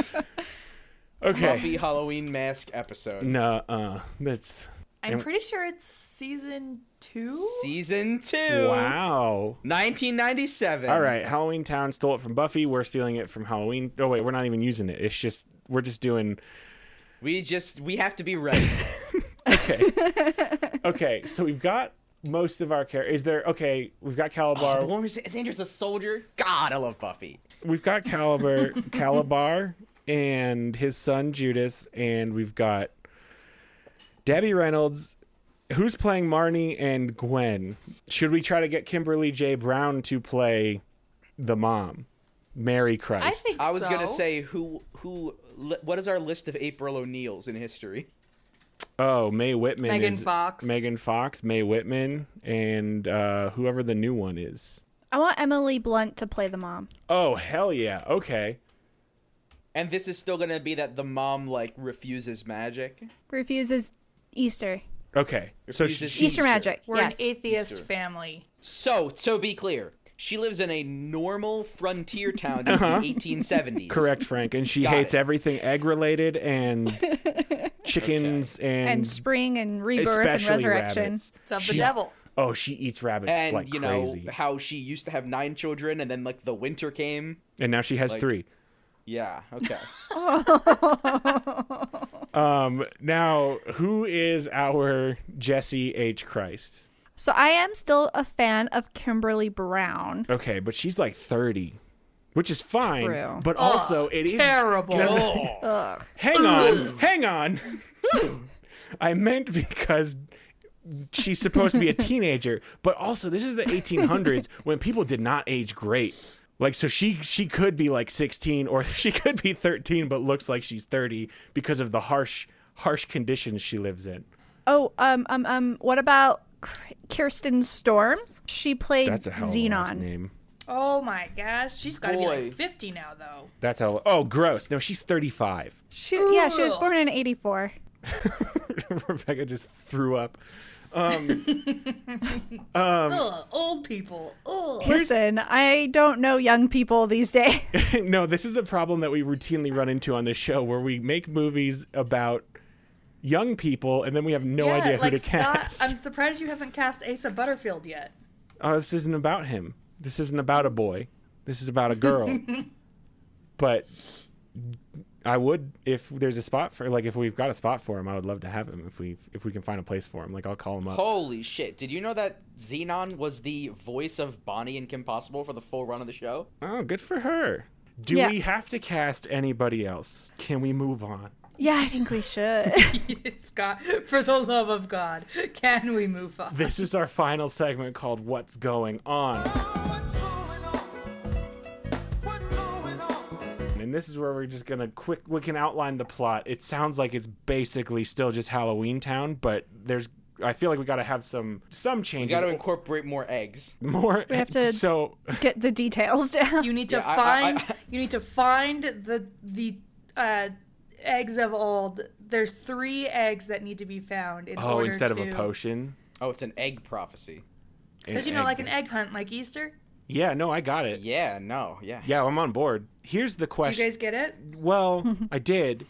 Speaker 1: Okay.
Speaker 2: Buffy Halloween mask episode,
Speaker 1: No. Uh. That's.
Speaker 3: I'm pretty sure it's season two.
Speaker 2: season two,
Speaker 1: Wow.
Speaker 2: Mm. 1997.
Speaker 1: All right, Halloween Town stole it from Buffy. We're stealing it from Halloween. Oh wait, we're not even using it. It's just we're just doing.
Speaker 2: we just we have to be ready.
Speaker 1: Okay, so we've got most of our care. Is there okay? We've got
Speaker 2: Oh, the
Speaker 1: Calabar.
Speaker 2: one where Sandra's a soldier. God, I love Buffy.
Speaker 1: We've got Caliber, Calabar, and his son Judas, and we've got Debbie Reynolds. Who's playing Marnie and Gwen? Should we try to get Kimberly J. Brown to play the mom, Mary Christ?
Speaker 3: I think
Speaker 2: I was
Speaker 3: so.
Speaker 2: gonna say who who li- what is our list of April O'Neils in history?
Speaker 1: Oh, May Whitman.
Speaker 3: Megan
Speaker 1: is-
Speaker 3: Fox.
Speaker 1: Megan Fox, May Whitman, and uh, whoever the new one is.
Speaker 4: I want Emily Blunt to play the mom.
Speaker 1: Oh, hell yeah. Okay.
Speaker 2: And this is still gonna be that the mom like refuses magic.
Speaker 4: Refuses Easter.
Speaker 1: Okay. So
Speaker 2: Refuses
Speaker 1: she,
Speaker 2: to- Easter.
Speaker 4: Easter magic.
Speaker 3: we're
Speaker 4: yes.
Speaker 3: an atheist
Speaker 2: Easter.
Speaker 3: family.
Speaker 2: So to be clear, she lives in a normal frontier town in the 1870s.
Speaker 1: Uh-huh. correct, Frank. And she
Speaker 2: Got
Speaker 1: hates
Speaker 2: it.
Speaker 1: everything egg related and chickens and,
Speaker 4: and spring and rebirth and
Speaker 1: Mm-hmm. especially
Speaker 4: resurrection.
Speaker 1: rabbits.
Speaker 3: It's of the
Speaker 1: She-
Speaker 3: devil.
Speaker 1: Oh, she eats rabbits
Speaker 2: And
Speaker 1: like
Speaker 2: you know
Speaker 1: crazy.
Speaker 2: how she used to have nine children, and then like the winter came.
Speaker 1: and now she has
Speaker 2: like-
Speaker 1: three.
Speaker 2: Yeah. Okay.
Speaker 1: Um, now, who is our Jesse H. Christ?
Speaker 4: So I am still a fan of Kimberly Brown.
Speaker 1: Okay, but she's like 30, which is fine.
Speaker 4: True.
Speaker 1: But also, it is
Speaker 3: terrible.
Speaker 1: gonna- hang on, hang on. I meant because she's supposed to be a teenager, but also this is the 1800s when people did not age great. Like so she she could be like 16 or she could be 13 but looks like she's 30 because of the harsh harsh conditions she lives in.
Speaker 4: Oh, um, um, um. What about Kr- Kirsten Storms? She played
Speaker 1: That's a hell of a last
Speaker 4: Xenon.
Speaker 1: name.
Speaker 3: Oh my gosh, she's got to be
Speaker 2: Boy.
Speaker 3: like 50 now though.
Speaker 1: That's how Oh, gross. No, she's 35.
Speaker 4: She, yeah, she was born in '84.
Speaker 1: Rebecca just threw up.
Speaker 3: Ugh, old people. Ugh.
Speaker 4: Listen, I don't know young people these days.
Speaker 1: no, this is a problem that we routinely run into on this show where we make movies about young people and then we have no
Speaker 3: yeah,
Speaker 1: idea who
Speaker 3: like
Speaker 1: to
Speaker 3: Scott,
Speaker 1: cast.
Speaker 3: I'm surprised you haven't cast Asa Butterfield yet.
Speaker 1: Oh, this isn't about him. This isn't about a boy. This is about a girl. but I would if there's a spot for like if we've got a spot for him, I would love to have him if we if we can find a place for him. Like I'll call him up.
Speaker 2: Holy shit! Did you know that Xenon was the voice of Bonnie and Kim Possible for the full run of the show?
Speaker 1: Oh, good for her. Do
Speaker 4: Yeah.
Speaker 1: we have to cast anybody else? Can we move on?
Speaker 4: yeah, I think we should.
Speaker 3: Scott, for the love of God, can we move on?
Speaker 1: This is our final segment called What's Going On. And this is where we're just gonna quick we can outline the plot. It sounds like it's basically still just Halloween Town, but there's I feel like we gotta have some some
Speaker 2: You
Speaker 1: changes.
Speaker 2: got to incorporate more eggs.
Speaker 1: more we
Speaker 4: have to-
Speaker 1: so
Speaker 4: Get the details down.
Speaker 3: You need to
Speaker 2: Yeah, I- I-
Speaker 3: find
Speaker 2: I-
Speaker 3: you need to find the the uh, eggs of old. There's three eggs that need to be found in
Speaker 1: Oh,
Speaker 3: order
Speaker 1: instead of
Speaker 3: to,
Speaker 1: a potion.
Speaker 2: Oh, it's an egg prophecy.
Speaker 3: Because you know, like an egg hunt, like Easter.
Speaker 1: Yeah, no, I got it.
Speaker 2: Yeah. No. Yeah.
Speaker 1: Yeah, I'm on board. Here's the
Speaker 3: Do you
Speaker 1: question.
Speaker 3: guys get it?
Speaker 1: Well, I did.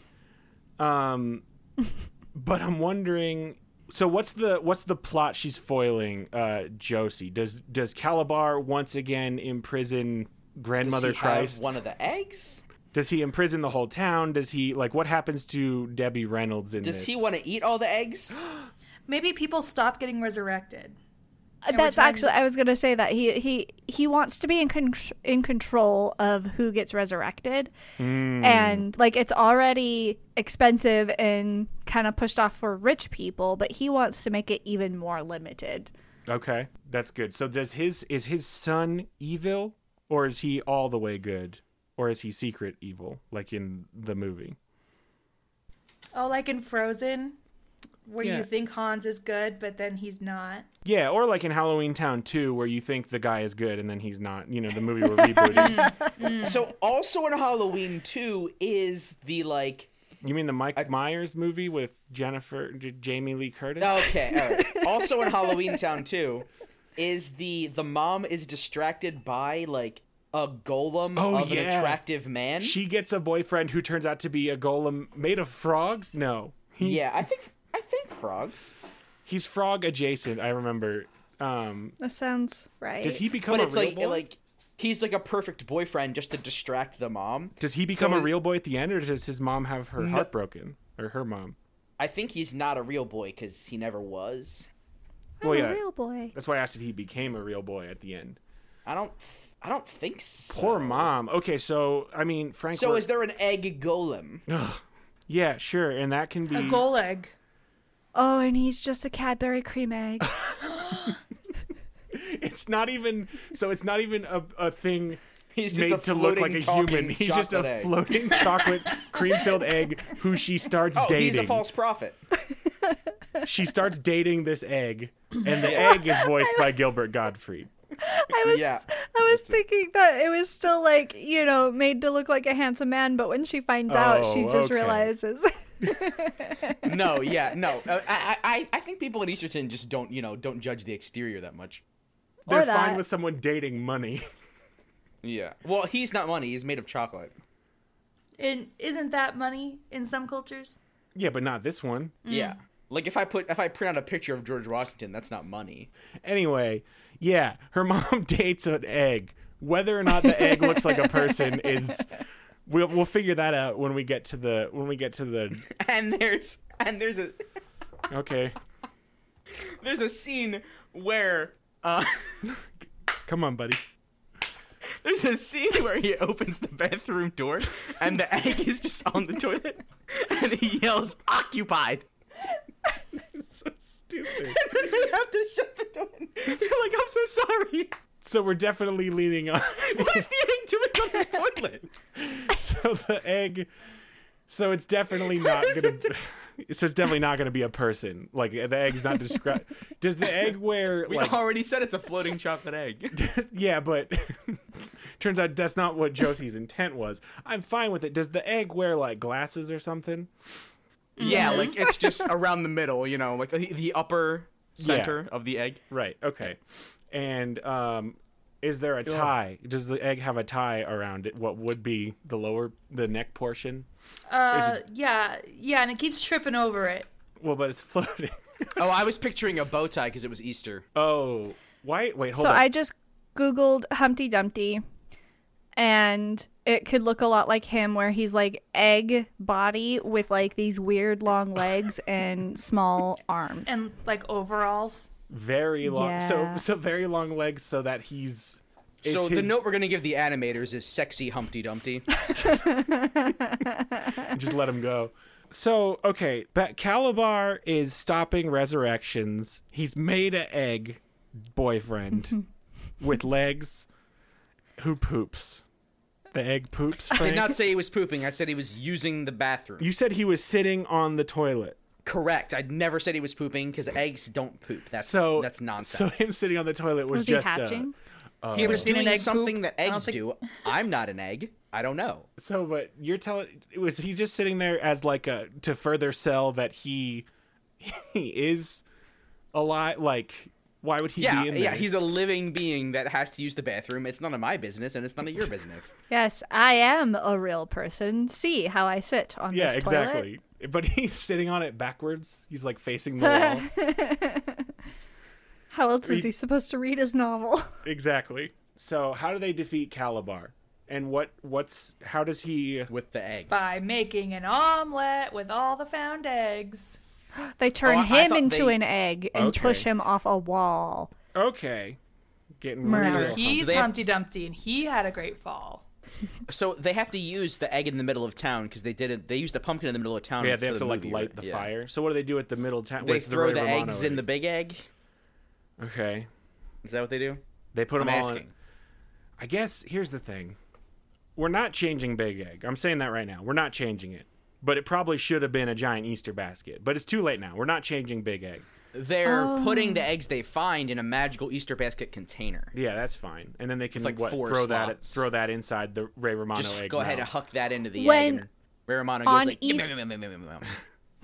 Speaker 1: Um but I'm wondering so what's the what's the plot she's foiling uh Josie? Does does Calabar once again imprison
Speaker 2: Does
Speaker 1: grandmother
Speaker 2: he have
Speaker 1: Christ?
Speaker 2: one of the eggs?
Speaker 1: Does he imprison the whole town? Does he like what happens to Debbie Reynolds in
Speaker 2: Does
Speaker 1: this?
Speaker 2: he want to eat all the eggs?
Speaker 3: Maybe people stop getting resurrected.
Speaker 4: That's
Speaker 3: we're trying-
Speaker 4: actually I was gonna say that he he he wants to be in con- in control of who gets resurrected,
Speaker 1: Hmm.
Speaker 4: and like it's already expensive and kind of pushed off for rich people, but he wants to make it even more limited.
Speaker 1: Okay, that's good. So does his is his son evil or is he all the way good or is he secret evil like in the movie?
Speaker 3: Oh, like in Frozen, where
Speaker 1: Yeah.
Speaker 3: you think Hans is good, but then he's not.
Speaker 1: Yeah, or like in Halloween Town 2 where you think the guy is good and then he's not, you know, the movie we're rebooting.
Speaker 2: So also in Halloween 2 is the like
Speaker 1: you mean the Mike Myers movie with Jennifer J- Jamie Lee Curtis?
Speaker 2: okay. All right. also in Halloween Town 2 is the the mom is distracted by like a golem
Speaker 1: Oh,
Speaker 2: of an
Speaker 1: yeah.
Speaker 2: attractive man.
Speaker 1: She gets a boyfriend who turns out to be a golem made of frogs? No. He's,
Speaker 2: yeah, I think I think frogs.
Speaker 1: He's frog adjacent, I remember. Um,
Speaker 4: That sounds right.
Speaker 1: does he become
Speaker 2: But
Speaker 1: a
Speaker 2: it's
Speaker 1: real
Speaker 2: like
Speaker 1: boy?
Speaker 2: like he's like a perfect boyfriend just to distract the mom.
Speaker 1: Does he become a
Speaker 2: is-
Speaker 1: real boy at the end, or does his mom have her heart broken, or her mom?
Speaker 2: I think he's not a real boy cuz he never was.
Speaker 1: Well,
Speaker 4: I'm
Speaker 1: Oh, yeah,
Speaker 4: a real boy.
Speaker 1: that's why I asked if he became a real boy at the end.
Speaker 2: I don't th- I don't think so.
Speaker 1: Poor mom. Okay, so I mean, Frank.
Speaker 2: So
Speaker 1: Wor-
Speaker 2: is there an egg golem?
Speaker 1: Yeah, sure, and that can be.
Speaker 3: A goal egg.
Speaker 4: Oh, and he's just a Cadbury cream egg.
Speaker 1: It's not even. So it's not even a, a thing.
Speaker 2: He's just
Speaker 1: Made
Speaker 2: a
Speaker 1: to look like
Speaker 2: floating,
Speaker 1: a
Speaker 2: talking
Speaker 1: human. He's just a
Speaker 2: chocolate egg.
Speaker 1: floating chocolate cream-filled egg who she starts
Speaker 2: Oh,
Speaker 1: dating.
Speaker 2: he's a false prophet.
Speaker 1: She starts dating this egg, and the egg is voiced by Gilbert Gottfried.
Speaker 4: I was
Speaker 2: Yeah.
Speaker 4: I was thinking that it was still like, you know, made to look like a handsome man, but when she finds out, she
Speaker 1: Oh,
Speaker 4: just
Speaker 1: okay.
Speaker 4: realizes.
Speaker 2: No, yeah, no. Uh, I, I, I think people in Easterton just don't, you know, don't judge the exterior that much.
Speaker 1: They're
Speaker 4: Or that.
Speaker 1: fine with someone dating money.
Speaker 2: Yeah. Well, he's not money. He's made of chocolate.
Speaker 3: And isn't that money in some cultures?
Speaker 1: yeah, but not this one.
Speaker 2: Yeah. Like if I put, if I print out a picture of George Washington, that's not money.
Speaker 1: Anyway, yeah, her mom dates an egg. Whether or not the egg looks like a person is we'll we'll figure that out when we get to the when we get to the
Speaker 2: And there's, and there's a,
Speaker 1: okay.
Speaker 2: there's a scene where, uh,
Speaker 1: Come on, buddy.
Speaker 2: there's a scene where he opens the bathroom door, and the egg is just on the toilet, and he yells, "Occupied."
Speaker 1: So stupid.
Speaker 2: And they have to shut the door. They're like, "Oh, "I'm so sorry."
Speaker 1: So we're definitely leaning on
Speaker 2: What is the egg doing on the toilet?
Speaker 1: so the egg so it's definitely not
Speaker 2: is
Speaker 1: gonna so it's definitely not gonna be a person. Like the egg's not described. Does the egg wear
Speaker 2: We
Speaker 1: like
Speaker 2: already said it's a floating chocolate egg.
Speaker 1: yeah, but turns out that's not what Josie's intent was. I'm fine with it. Does the egg wear like glasses or something?
Speaker 2: yeah, like it's just around the middle, you know, like uh, the, the upper center of the egg.
Speaker 1: Right. Okay. And um, is there a tie? Does the egg have a tie around it? What would be the lower the neck portion?
Speaker 3: Uh, yeah, yeah, and it keeps tripping over it.
Speaker 1: Well, but it's floating.
Speaker 2: Oh, I was picturing a bow tie because it was Easter.
Speaker 1: oh, why? Wait, hold
Speaker 4: so
Speaker 1: on.
Speaker 4: I just Googled Humpty Dumpty and it could look a lot like him where he's like egg body with like these weird long legs and small arms.
Speaker 3: And like overalls.
Speaker 1: very long. So
Speaker 4: Yeah.
Speaker 1: so very long legs, so that he's. is
Speaker 2: So the
Speaker 1: his-
Speaker 2: note we're gonna give the animators is sexy Humpty Dumpty.
Speaker 1: just let him go. So okay, but Calabar is stopping resurrections. He's made an egg boyfriend with legs who poops. The egg poops.
Speaker 2: I did
Speaker 1: Frank?
Speaker 2: not say he was pooping. I said he was using the bathroom.
Speaker 1: You said he was sitting on the toilet.
Speaker 2: Correct. I never said he was pooping because eggs don't poop. That's
Speaker 1: So
Speaker 2: that's
Speaker 1: So
Speaker 2: nonsense.
Speaker 1: him sitting on the toilet was,
Speaker 4: was he
Speaker 1: just uh,
Speaker 4: hatching?
Speaker 2: he was
Speaker 3: seen an
Speaker 2: doing
Speaker 3: egg poop?
Speaker 2: something that
Speaker 3: I don't
Speaker 2: eggs
Speaker 3: think-
Speaker 2: do. I'm not an egg. I don't know.
Speaker 1: so. But you're telling was he just sitting there as like a to further sell that he he is alive? Like why would he
Speaker 2: Yeah,
Speaker 1: be in
Speaker 2: yeah.
Speaker 1: there?
Speaker 2: He's a living being that has to use the bathroom. It's none of my business, and it's none of your business.
Speaker 4: Yes, I am a real person. See how I sit on
Speaker 1: yeah
Speaker 4: this toilet.
Speaker 1: exactly. But he's sitting on it backwards. He's like facing the wall.
Speaker 4: How else is
Speaker 1: He-
Speaker 4: he supposed to read his novel?
Speaker 1: exactly. So how do they defeat Calabar? And what what's how does he?
Speaker 2: with the egg.
Speaker 3: By making an omelet with all the found eggs.
Speaker 4: They turn
Speaker 2: Oh, I- I
Speaker 4: him
Speaker 2: thought
Speaker 4: into
Speaker 2: they-
Speaker 4: an egg and
Speaker 1: Okay.
Speaker 4: push him off a wall.
Speaker 1: Okay, getting
Speaker 4: Morale.
Speaker 1: real.
Speaker 3: He's
Speaker 2: they have-
Speaker 3: Humpty Dumpty, and he had a great fall.
Speaker 2: So they have to use the egg in the middle of town because they did it. They used the pumpkin in the middle of town.
Speaker 1: Yeah, they have
Speaker 2: for
Speaker 1: to
Speaker 2: the
Speaker 1: like
Speaker 2: movie,
Speaker 1: light
Speaker 2: right?
Speaker 1: the
Speaker 2: Yeah.
Speaker 1: fire. So what do they do at the middle town?
Speaker 2: They
Speaker 1: with
Speaker 2: throw
Speaker 1: Ray
Speaker 2: the
Speaker 1: Romano
Speaker 2: eggs in the
Speaker 1: egg?
Speaker 2: big egg.
Speaker 1: Okay.
Speaker 2: Is that what they do?
Speaker 1: They put
Speaker 2: I'm
Speaker 1: them all in-
Speaker 2: asking.
Speaker 1: I guess here's the thing. We're not changing Big Egg. I'm saying that right now. We're not changing it. But it probably should have been a giant Easter basket. But it's too late now. We're not changing Big Egg.
Speaker 2: They're putting the eggs they find in a magical Easter basket container.
Speaker 1: Yeah, that's fine. And then they can
Speaker 2: With, like,
Speaker 1: what,
Speaker 2: four
Speaker 1: throw that
Speaker 2: slots.
Speaker 1: throw that inside the Ray Romano
Speaker 2: Just
Speaker 1: egg.
Speaker 2: go ahead and
Speaker 1: mouth.
Speaker 2: huck that into the egg.
Speaker 4: When-
Speaker 2: and Rarimano goes
Speaker 4: on
Speaker 2: like, "Yum,
Speaker 4: East-
Speaker 2: yum, yum, yum, yum, yum, yum."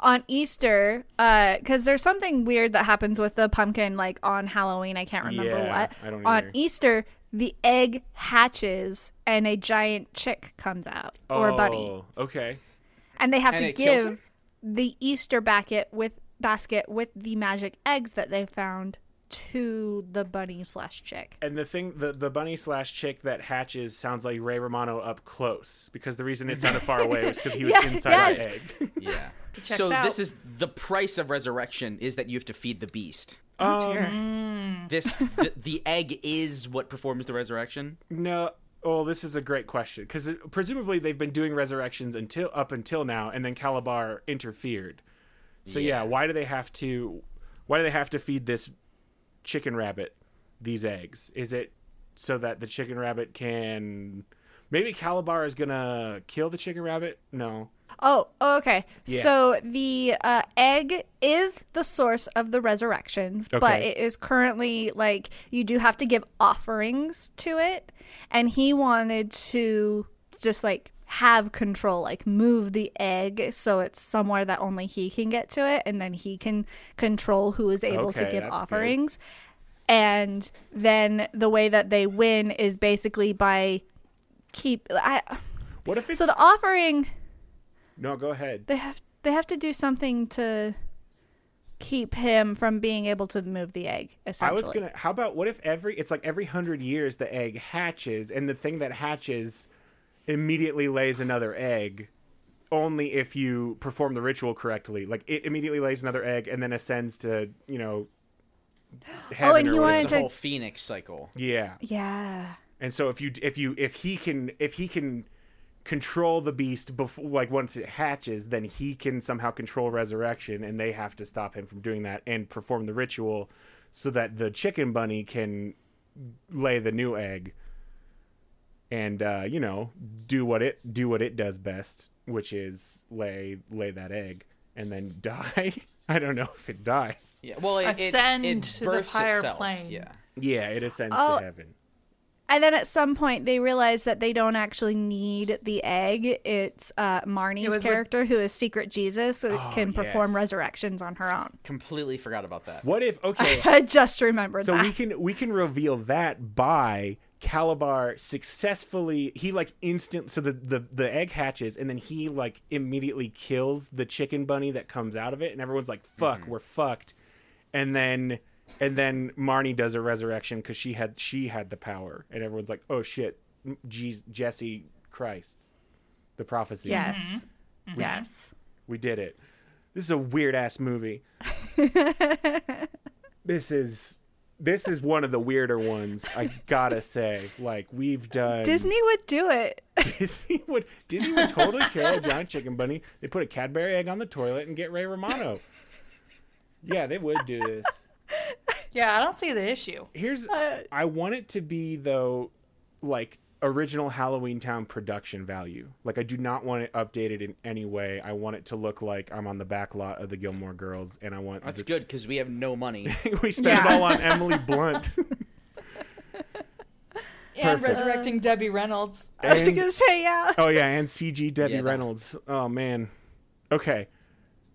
Speaker 4: on Easter, because there's something weird that happens with the pumpkin, like on Halloween. I can't remember
Speaker 1: Yeah,
Speaker 4: what.
Speaker 1: I don't
Speaker 4: on
Speaker 1: either.
Speaker 4: Easter, the egg hatches and a giant chick comes out or a buddy,
Speaker 1: Oh, okay.
Speaker 4: and they have
Speaker 2: And
Speaker 4: to
Speaker 2: it kills
Speaker 4: give
Speaker 2: him?
Speaker 4: the Easter basket with basket with the magic eggs that they found to the bunny slash chick.
Speaker 1: And the thing, the, the bunny slash chick that hatches sounds like Ray Romano up close because the reason it sounded far away was because he was
Speaker 4: Yeah,
Speaker 1: inside
Speaker 4: yes.
Speaker 1: the egg.
Speaker 2: Yeah.
Speaker 3: checks
Speaker 2: so this
Speaker 3: out.
Speaker 2: is the price of resurrection is that you have to feed the beast.
Speaker 1: Um,
Speaker 2: This the, the egg is what performs the resurrection.
Speaker 1: No. Well, this is a great question because presumably they've been doing resurrections until up until now, and then Calabar interfered. So yeah. why do they have to? Why do they have to feed this chicken rabbit these eggs? Is it so that the chicken rabbit can? Maybe Calabar is gonna kill the chicken rabbit. No.
Speaker 4: Oh, okay.
Speaker 1: Yeah.
Speaker 4: So the uh, egg is the source of the resurrections, but
Speaker 1: Okay.
Speaker 4: it is currently like you do have to give offerings to it, and he wanted to just like have control, like move the egg so it's somewhere that only he can get to it, and then he can control who is able to
Speaker 1: Okay,
Speaker 4: give
Speaker 1: that's good.
Speaker 4: offerings. And then the way that they win is basically by keep. I,
Speaker 1: What if it's
Speaker 4: so the offering
Speaker 1: no? Go ahead.
Speaker 4: they have they have to do something to keep him from being able to move the egg
Speaker 1: I
Speaker 4: essentially
Speaker 1: was gonna. How about what if every? It's like every hundred years the egg hatches, and the thing that hatches immediately lays another egg. Only if you perform the ritual correctly. Like it immediately lays another egg and then ascends to you know. Heaven
Speaker 4: and
Speaker 1: or
Speaker 4: he
Speaker 1: whatever.
Speaker 4: wanted
Speaker 2: It's a
Speaker 4: to-
Speaker 2: whole phoenix cycle.
Speaker 1: Yeah,
Speaker 4: yeah
Speaker 1: and so if you if you if he can if he can control the beast before like once it hatches, then he can somehow control resurrection, and they have to stop him from doing that and perform the ritual so that the chicken bunny can lay the new egg and uh, you know do what it do what it does best, which is lay lay that egg and then die. I don't know if it dies.
Speaker 2: Yeah. Well, it,
Speaker 3: Ascend
Speaker 2: it, it
Speaker 3: to the
Speaker 2: births
Speaker 3: higher
Speaker 2: itself.
Speaker 3: plane.
Speaker 2: Yeah.
Speaker 1: Yeah, it ascends
Speaker 4: Oh,
Speaker 1: to heaven.
Speaker 4: and then at some point they realize that they don't actually need the egg it's uh, marnie's
Speaker 3: was with-
Speaker 4: character who is secret jesus who can perform
Speaker 1: Oh, yes.
Speaker 4: resurrections on her own
Speaker 2: Completely forgot about that.
Speaker 1: What if okay?
Speaker 4: i just remembered
Speaker 1: So
Speaker 4: that
Speaker 1: we can we can reveal that by Calabar successfully he like instant so the, the the egg hatches and then he like immediately kills the chicken bunny that comes out of it and everyone's like fuck we're fucked and then and then Marnie does a resurrection cuz she had she had the power and everyone's like oh shit Jesus, Jesse Christ the prophecy
Speaker 4: yes Mm-hmm. yes
Speaker 1: we did it this is a weird ass movie this is this is one of the weirder ones i gotta say like we've done
Speaker 4: disney would do it
Speaker 1: disney would disney would totally kill a giant chicken bunny they put a cadbury egg on the toilet and get ray romano yeah they would do this
Speaker 3: Yeah, I don't see the issue.
Speaker 1: here's i want it to be though like original halloween town production value like i do not want it updated in any way i want it to look like i'm on the back lot of the gilmore girls and i want
Speaker 2: That's
Speaker 1: the-
Speaker 2: good because we have no money.
Speaker 1: we spent it
Speaker 4: Yeah.
Speaker 1: all on emily blunt
Speaker 3: And
Speaker 1: Perfect.
Speaker 3: resurrecting Debbie Reynolds.
Speaker 4: i was
Speaker 1: And-
Speaker 4: gonna say yeah
Speaker 1: oh yeah and cg debbie
Speaker 2: Yeah, that-
Speaker 1: reynolds oh man okay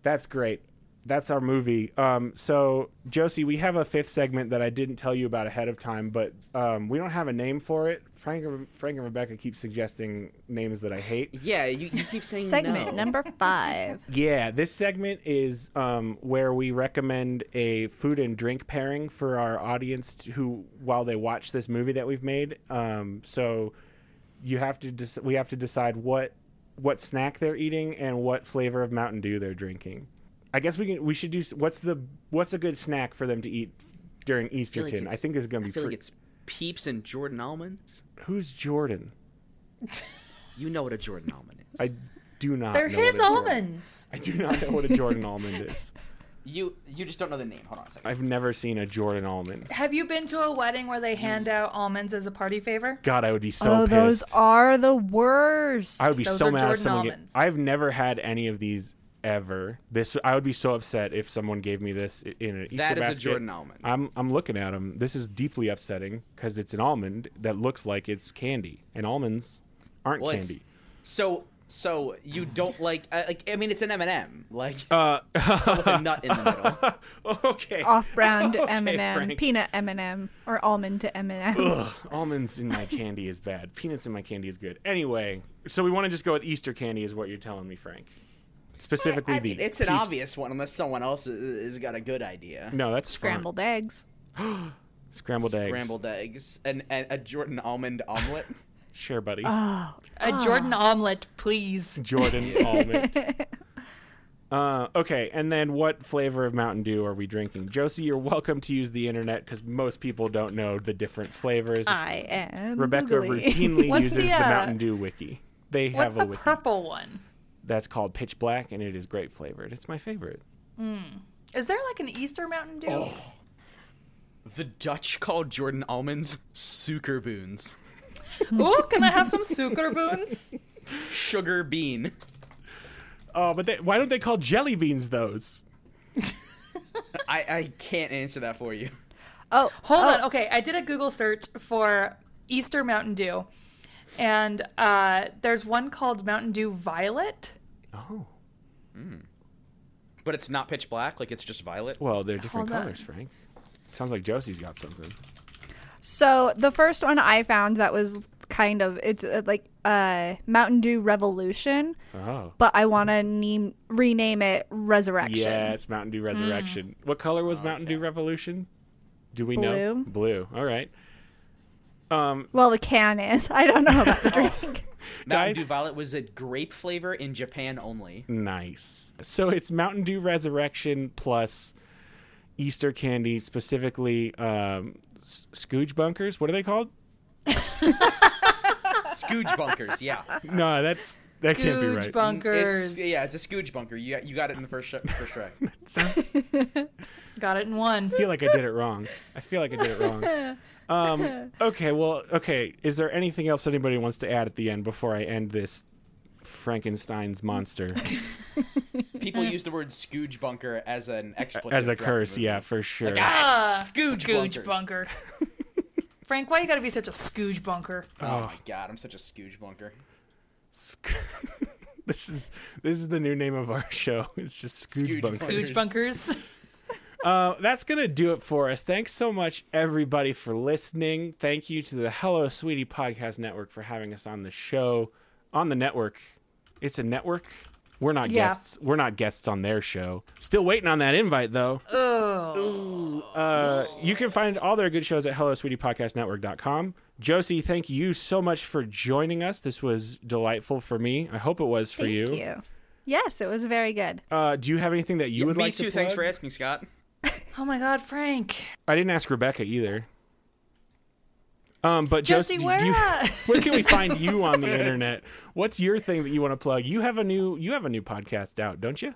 Speaker 1: that's great that's our movie um, so josie we have a fifth segment that i didn't tell you about ahead of time but um, we don't have a name for it frank, and- frank and rebecca keep suggesting names that i hate
Speaker 2: yeah, you, you keep
Speaker 1: Oh,
Speaker 2: saying
Speaker 4: segment
Speaker 2: no.
Speaker 4: number five
Speaker 1: yeah this segment is um, where we recommend a food and drink pairing for our audience to, who while they watch this movie that we've made um, so you have to dec- we have to decide what what snack they're eating and what flavor of Mountain Dew they're drinking. I guess we can we should do s- what's the what's a good snack for them to eat during
Speaker 2: I feel like
Speaker 1: Easterton. I,
Speaker 2: it's-
Speaker 1: think it's going
Speaker 2: I
Speaker 1: to be
Speaker 2: feel like
Speaker 1: pre-
Speaker 2: it's Peeps and Jordan almonds.
Speaker 1: who's Jordan?
Speaker 2: You know what a Jordan almond is.
Speaker 1: I do not.
Speaker 3: They're
Speaker 1: know what
Speaker 3: his
Speaker 1: a Jordan-
Speaker 3: almonds.
Speaker 1: I do not know what a Jordan almond is.
Speaker 2: You you just don't know the name. Hold on a second.
Speaker 1: I've never seen a Jordan almond.
Speaker 3: Have you been to a wedding where they hand out almonds as a party favor?
Speaker 1: God, I would be so
Speaker 4: oh,
Speaker 1: pissed.
Speaker 4: those are the worst.
Speaker 1: I would be
Speaker 3: Those
Speaker 1: so
Speaker 3: are
Speaker 1: mad if
Speaker 3: Jordan
Speaker 1: someone. Get,
Speaker 3: almonds.
Speaker 1: I've never had any of these ever. This I would be so upset if someone gave me this i- in an Easter
Speaker 2: That is a
Speaker 1: basket.
Speaker 2: Jordan almond.
Speaker 1: I'm I'm looking at them. This is deeply upsetting because it's an almond that looks like it's candy, and almonds aren't
Speaker 2: Well, it's-
Speaker 1: candy.
Speaker 2: So so you don't like I like I mean it's an M and M like
Speaker 1: Uh,
Speaker 2: with a nut in the middle.
Speaker 1: okay.
Speaker 4: Off-brand
Speaker 1: Okay,
Speaker 4: M&M,
Speaker 1: Frank.
Speaker 4: peanut M&M, or almond to M&M.
Speaker 1: Ugh, almonds in my candy is bad. Peanuts in my candy is good. Anyway, so we want to just go with Easter candy, is what you're telling me, Frank. Specifically
Speaker 2: I mean,
Speaker 1: these.
Speaker 2: it's an
Speaker 1: Peeps.
Speaker 2: obvious one unless someone else has has got a good idea.
Speaker 1: No, that's scrambled.
Speaker 4: Scrambled eggs.
Speaker 1: Scrambled eggs.
Speaker 2: Scrambled eggs and, and a Jordan almond omelet.
Speaker 1: Sure, buddy.
Speaker 3: A Jordan omelet, please.
Speaker 1: Jordan almond. Uh, okay, and then what flavor of Mountain Dew are we drinking? Josie, you're welcome to use the internet because most people don't know the different flavors.
Speaker 4: I am
Speaker 1: Rebecca
Speaker 4: Ah, googly.
Speaker 1: routinely
Speaker 4: What's
Speaker 1: uses the,
Speaker 4: uh,
Speaker 1: Mountain Dew wiki. They have
Speaker 3: What's the
Speaker 1: a wiki
Speaker 3: purple one?
Speaker 1: that's called Pitch Black, and it is grape flavored. It's my favorite.
Speaker 3: Is there like an Easter Mountain Dew?
Speaker 2: the Dutch called Jordan almonds suikerboons.
Speaker 3: Ooh, can I have some suikerboons?
Speaker 2: Sugar bean.
Speaker 1: Oh, but they, why don't they call jelly beans those?
Speaker 2: I, I can't answer that for you.
Speaker 4: Oh,
Speaker 3: Hold on. Okay, I did a Google search for Easter Mountain Dew, and uh, there's one called Mountain Dew Violet.
Speaker 1: Oh,
Speaker 2: But it's not pitch black, like it's just violet.
Speaker 1: well, they're different
Speaker 4: Hold on.
Speaker 1: colors, Frank. Sounds like Josie's got something.
Speaker 4: So the first one I found that was kind of it's uh, like uh, Mountain Dew Revolution,
Speaker 1: Oh,
Speaker 4: but I want to name rename it Resurrection.
Speaker 1: yes, Mountain Dew Resurrection. What color was Mountain Dew Revolution? Do we know?
Speaker 4: Blue.
Speaker 1: Blue. All right. Um,
Speaker 4: Well, the can is. I don't know about the drink.
Speaker 2: Mountain
Speaker 1: Guys-
Speaker 2: Dew Violet was a grape flavor in Japan only.
Speaker 1: nice. So it's Mountain Dew Resurrection plus Easter candy, specifically um, s- Scooge bunkers. What are they called?
Speaker 2: Scooge bunkers, yeah.
Speaker 1: No, that's that can't be
Speaker 3: Googe
Speaker 1: right. Mm,
Speaker 3: bunkers.
Speaker 2: It's, yeah, it's a Scooge bunker. You got, you got it in the first, sh- first try.
Speaker 3: Got it in one.
Speaker 1: I feel like I did it wrong. I feel like I did it wrong. Um, okay, well, okay. Is there anything else anybody wants to add at the end before I end this Frankenstein's monster
Speaker 2: People use the word Scooge bunker as an expletive.
Speaker 1: as a
Speaker 2: throughout the
Speaker 1: curse?
Speaker 2: movie.
Speaker 1: Yeah, for sure.
Speaker 3: Ah,
Speaker 2: Scooge bunkers.
Speaker 3: bunker. Frank, why you gotta be such a scooge bunker?
Speaker 2: Oh my god, I'm such a Scooge bunker.
Speaker 1: Sc- this is this is the new name of our show. It's just Scooge
Speaker 2: Scooge
Speaker 1: Bunker.
Speaker 2: Bunkers.
Speaker 3: Scooge bunkers.
Speaker 1: Uh, that's gonna do it for us. Thanks so much, everybody, for listening. Thank you to the Hello Sweetie Podcast Network for having us on the show. On the network, it's a network. We're not
Speaker 3: Yeah.
Speaker 1: guests. We're not guests on their show. Still waiting on that invite though. Uh, you can find all their good shows at hellosweetiepodcastnetwork.com. Josie, thank you so much for joining us. This was delightful for me. I hope it was for
Speaker 4: Thank
Speaker 1: you.
Speaker 4: you. Yes, it was very good.
Speaker 1: Uh, do you have anything that you would
Speaker 2: Me
Speaker 1: like
Speaker 2: too,
Speaker 1: to
Speaker 2: thanks for
Speaker 1: plug?
Speaker 2: asking, Scott.
Speaker 3: Oh my God, Frank.
Speaker 1: I didn't ask Rebecca either. Um, but
Speaker 3: Josie,
Speaker 1: Josie,
Speaker 3: where?
Speaker 1: do you-
Speaker 3: uh,
Speaker 1: where can we find you on the internet? What's your thing that you want to plug? You have a new you have a new podcast out, don't you?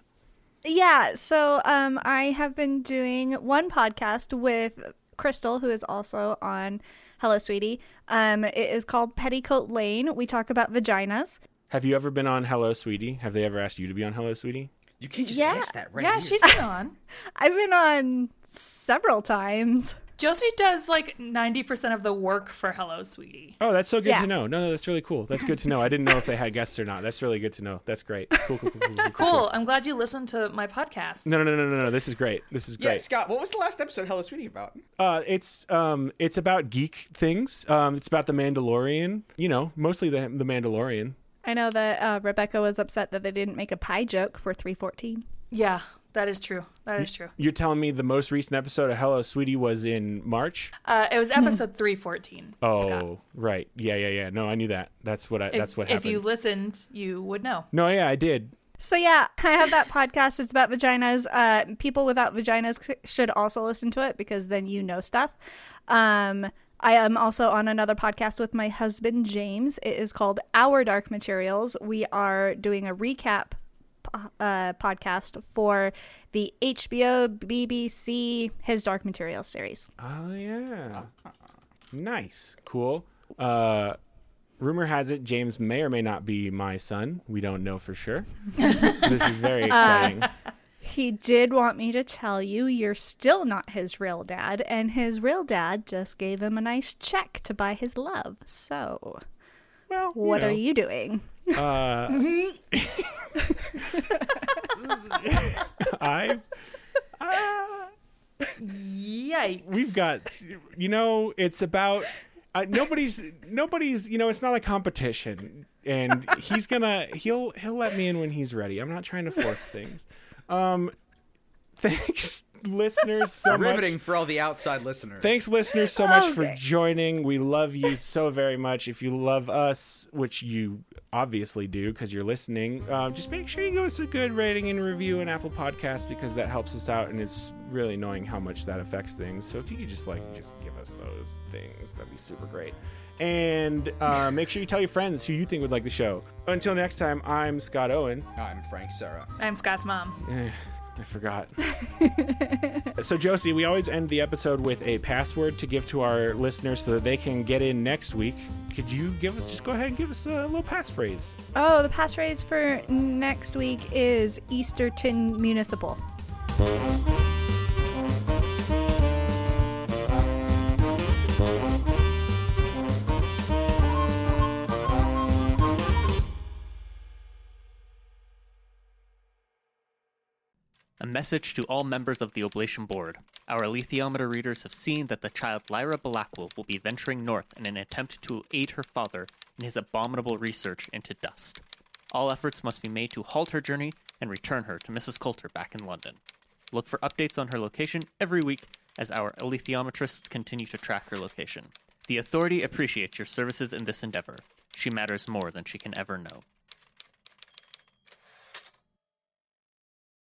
Speaker 4: Yeah, so um, I have been doing one podcast with Crystal, who is also on Hello Sweetie. Um, it is called Petticoat Lane. We talk about vaginas.
Speaker 1: Have you ever been on Hello Sweetie? Have they ever asked you to be on Hello Sweetie?
Speaker 2: You can't just
Speaker 4: Yeah,
Speaker 2: ask that right
Speaker 3: yeah,
Speaker 2: here.
Speaker 3: she's been on.
Speaker 4: I've been on several times.
Speaker 3: Josie does like 90% of the work for Hello, Sweetie.
Speaker 1: Oh, that's so good
Speaker 4: Yeah.
Speaker 1: to know. No, no, that's really cool. That's good to know. I didn't know if they had guests or not. That's really good to know. That's great. Cool, cool, cool, cool, cool, cool.
Speaker 3: Cool. I'm glad you listened to my podcast.
Speaker 1: No, no, no, no, no, no. This is great. This is
Speaker 2: Yeah,
Speaker 1: great.
Speaker 2: Scott, what was the last episode Hello Sweetie about?
Speaker 1: Uh, it's um, it's about geek things. Um, it's about the Mandalorian. You know, mostly the the Mandalorian.
Speaker 4: I know that uh, Rebecca was upset that they didn't make a pie joke for 314.
Speaker 3: Yeah, that is true. That is true.
Speaker 1: You're telling me the most recent episode of Hello Sweetie was in March?
Speaker 3: Uh, it was episode 314.
Speaker 1: Oh,
Speaker 3: Uh, Scott.
Speaker 1: right. Yeah, yeah, yeah. No, I knew that. That's what I,
Speaker 3: If-
Speaker 1: that's what
Speaker 3: If
Speaker 1: happened.
Speaker 3: you listened, you would know.
Speaker 1: no, yeah, I did.
Speaker 4: So yeah, I have that podcast. It's about vaginas. Uh, people without vaginas c- should also listen to it because then you know stuff. Um, I am also on another podcast with my husband James. It is called Our Dark Materials. We are doing a recap uh, podcast for the HBO BBC His Dark Materials series.
Speaker 1: Oh yeah. Nice. Cool. Uh rumor has it James may or may not be my son. We don't know for sure. this is
Speaker 3: Uh,
Speaker 1: very exciting.
Speaker 4: He did want me to tell you you're still not his real dad, and his real dad just gave him a nice check to buy his love. So,
Speaker 1: well,
Speaker 4: what
Speaker 1: know.
Speaker 4: are you doing?
Speaker 1: I've
Speaker 3: Yikes.
Speaker 1: we've got you know it's about uh, nobody's nobody's you know it's not a competition and he's gonna he'll he'll let me in when he's ready i'm not trying to force things um thanks listeners so much
Speaker 6: Riveting for all the outside listeners.
Speaker 1: Thanks, listeners, so much for
Speaker 4: Okay.
Speaker 1: joining. We love you so very much. If you love us, which you obviously do because you're listening, uh, just make sure you give us a good rating and review in Apple Podcasts because that helps us out, and it's really annoying how much that affects things. So if you could just like just give us those things, that'd be super great. And uh, make sure you tell your friends who you think would like the show. Until next time, I'm Scott Owen.
Speaker 6: I'm Frank Sarah.
Speaker 3: I'm Scott's mom.
Speaker 1: Eh, I forgot. so, Josie, we always end the episode with a password to give to our listeners so that they can get in next week. Could you give us, just go ahead and give us a little passphrase?
Speaker 4: Oh, the passphrase for next week is Easterton Municipal.
Speaker 7: A message to all members of the Oblation Board. Our alethiometer readers have seen that the child Lyra Balakwa will be venturing north in an attempt to aid her father in his abominable research into dust. All efforts must be made to halt her journey and return her to Mrs. Coulter back in London. Look for updates on her location every week as our alethiometrists continue to track her location. The authority appreciates your services in this endeavor. She matters more than she can ever know.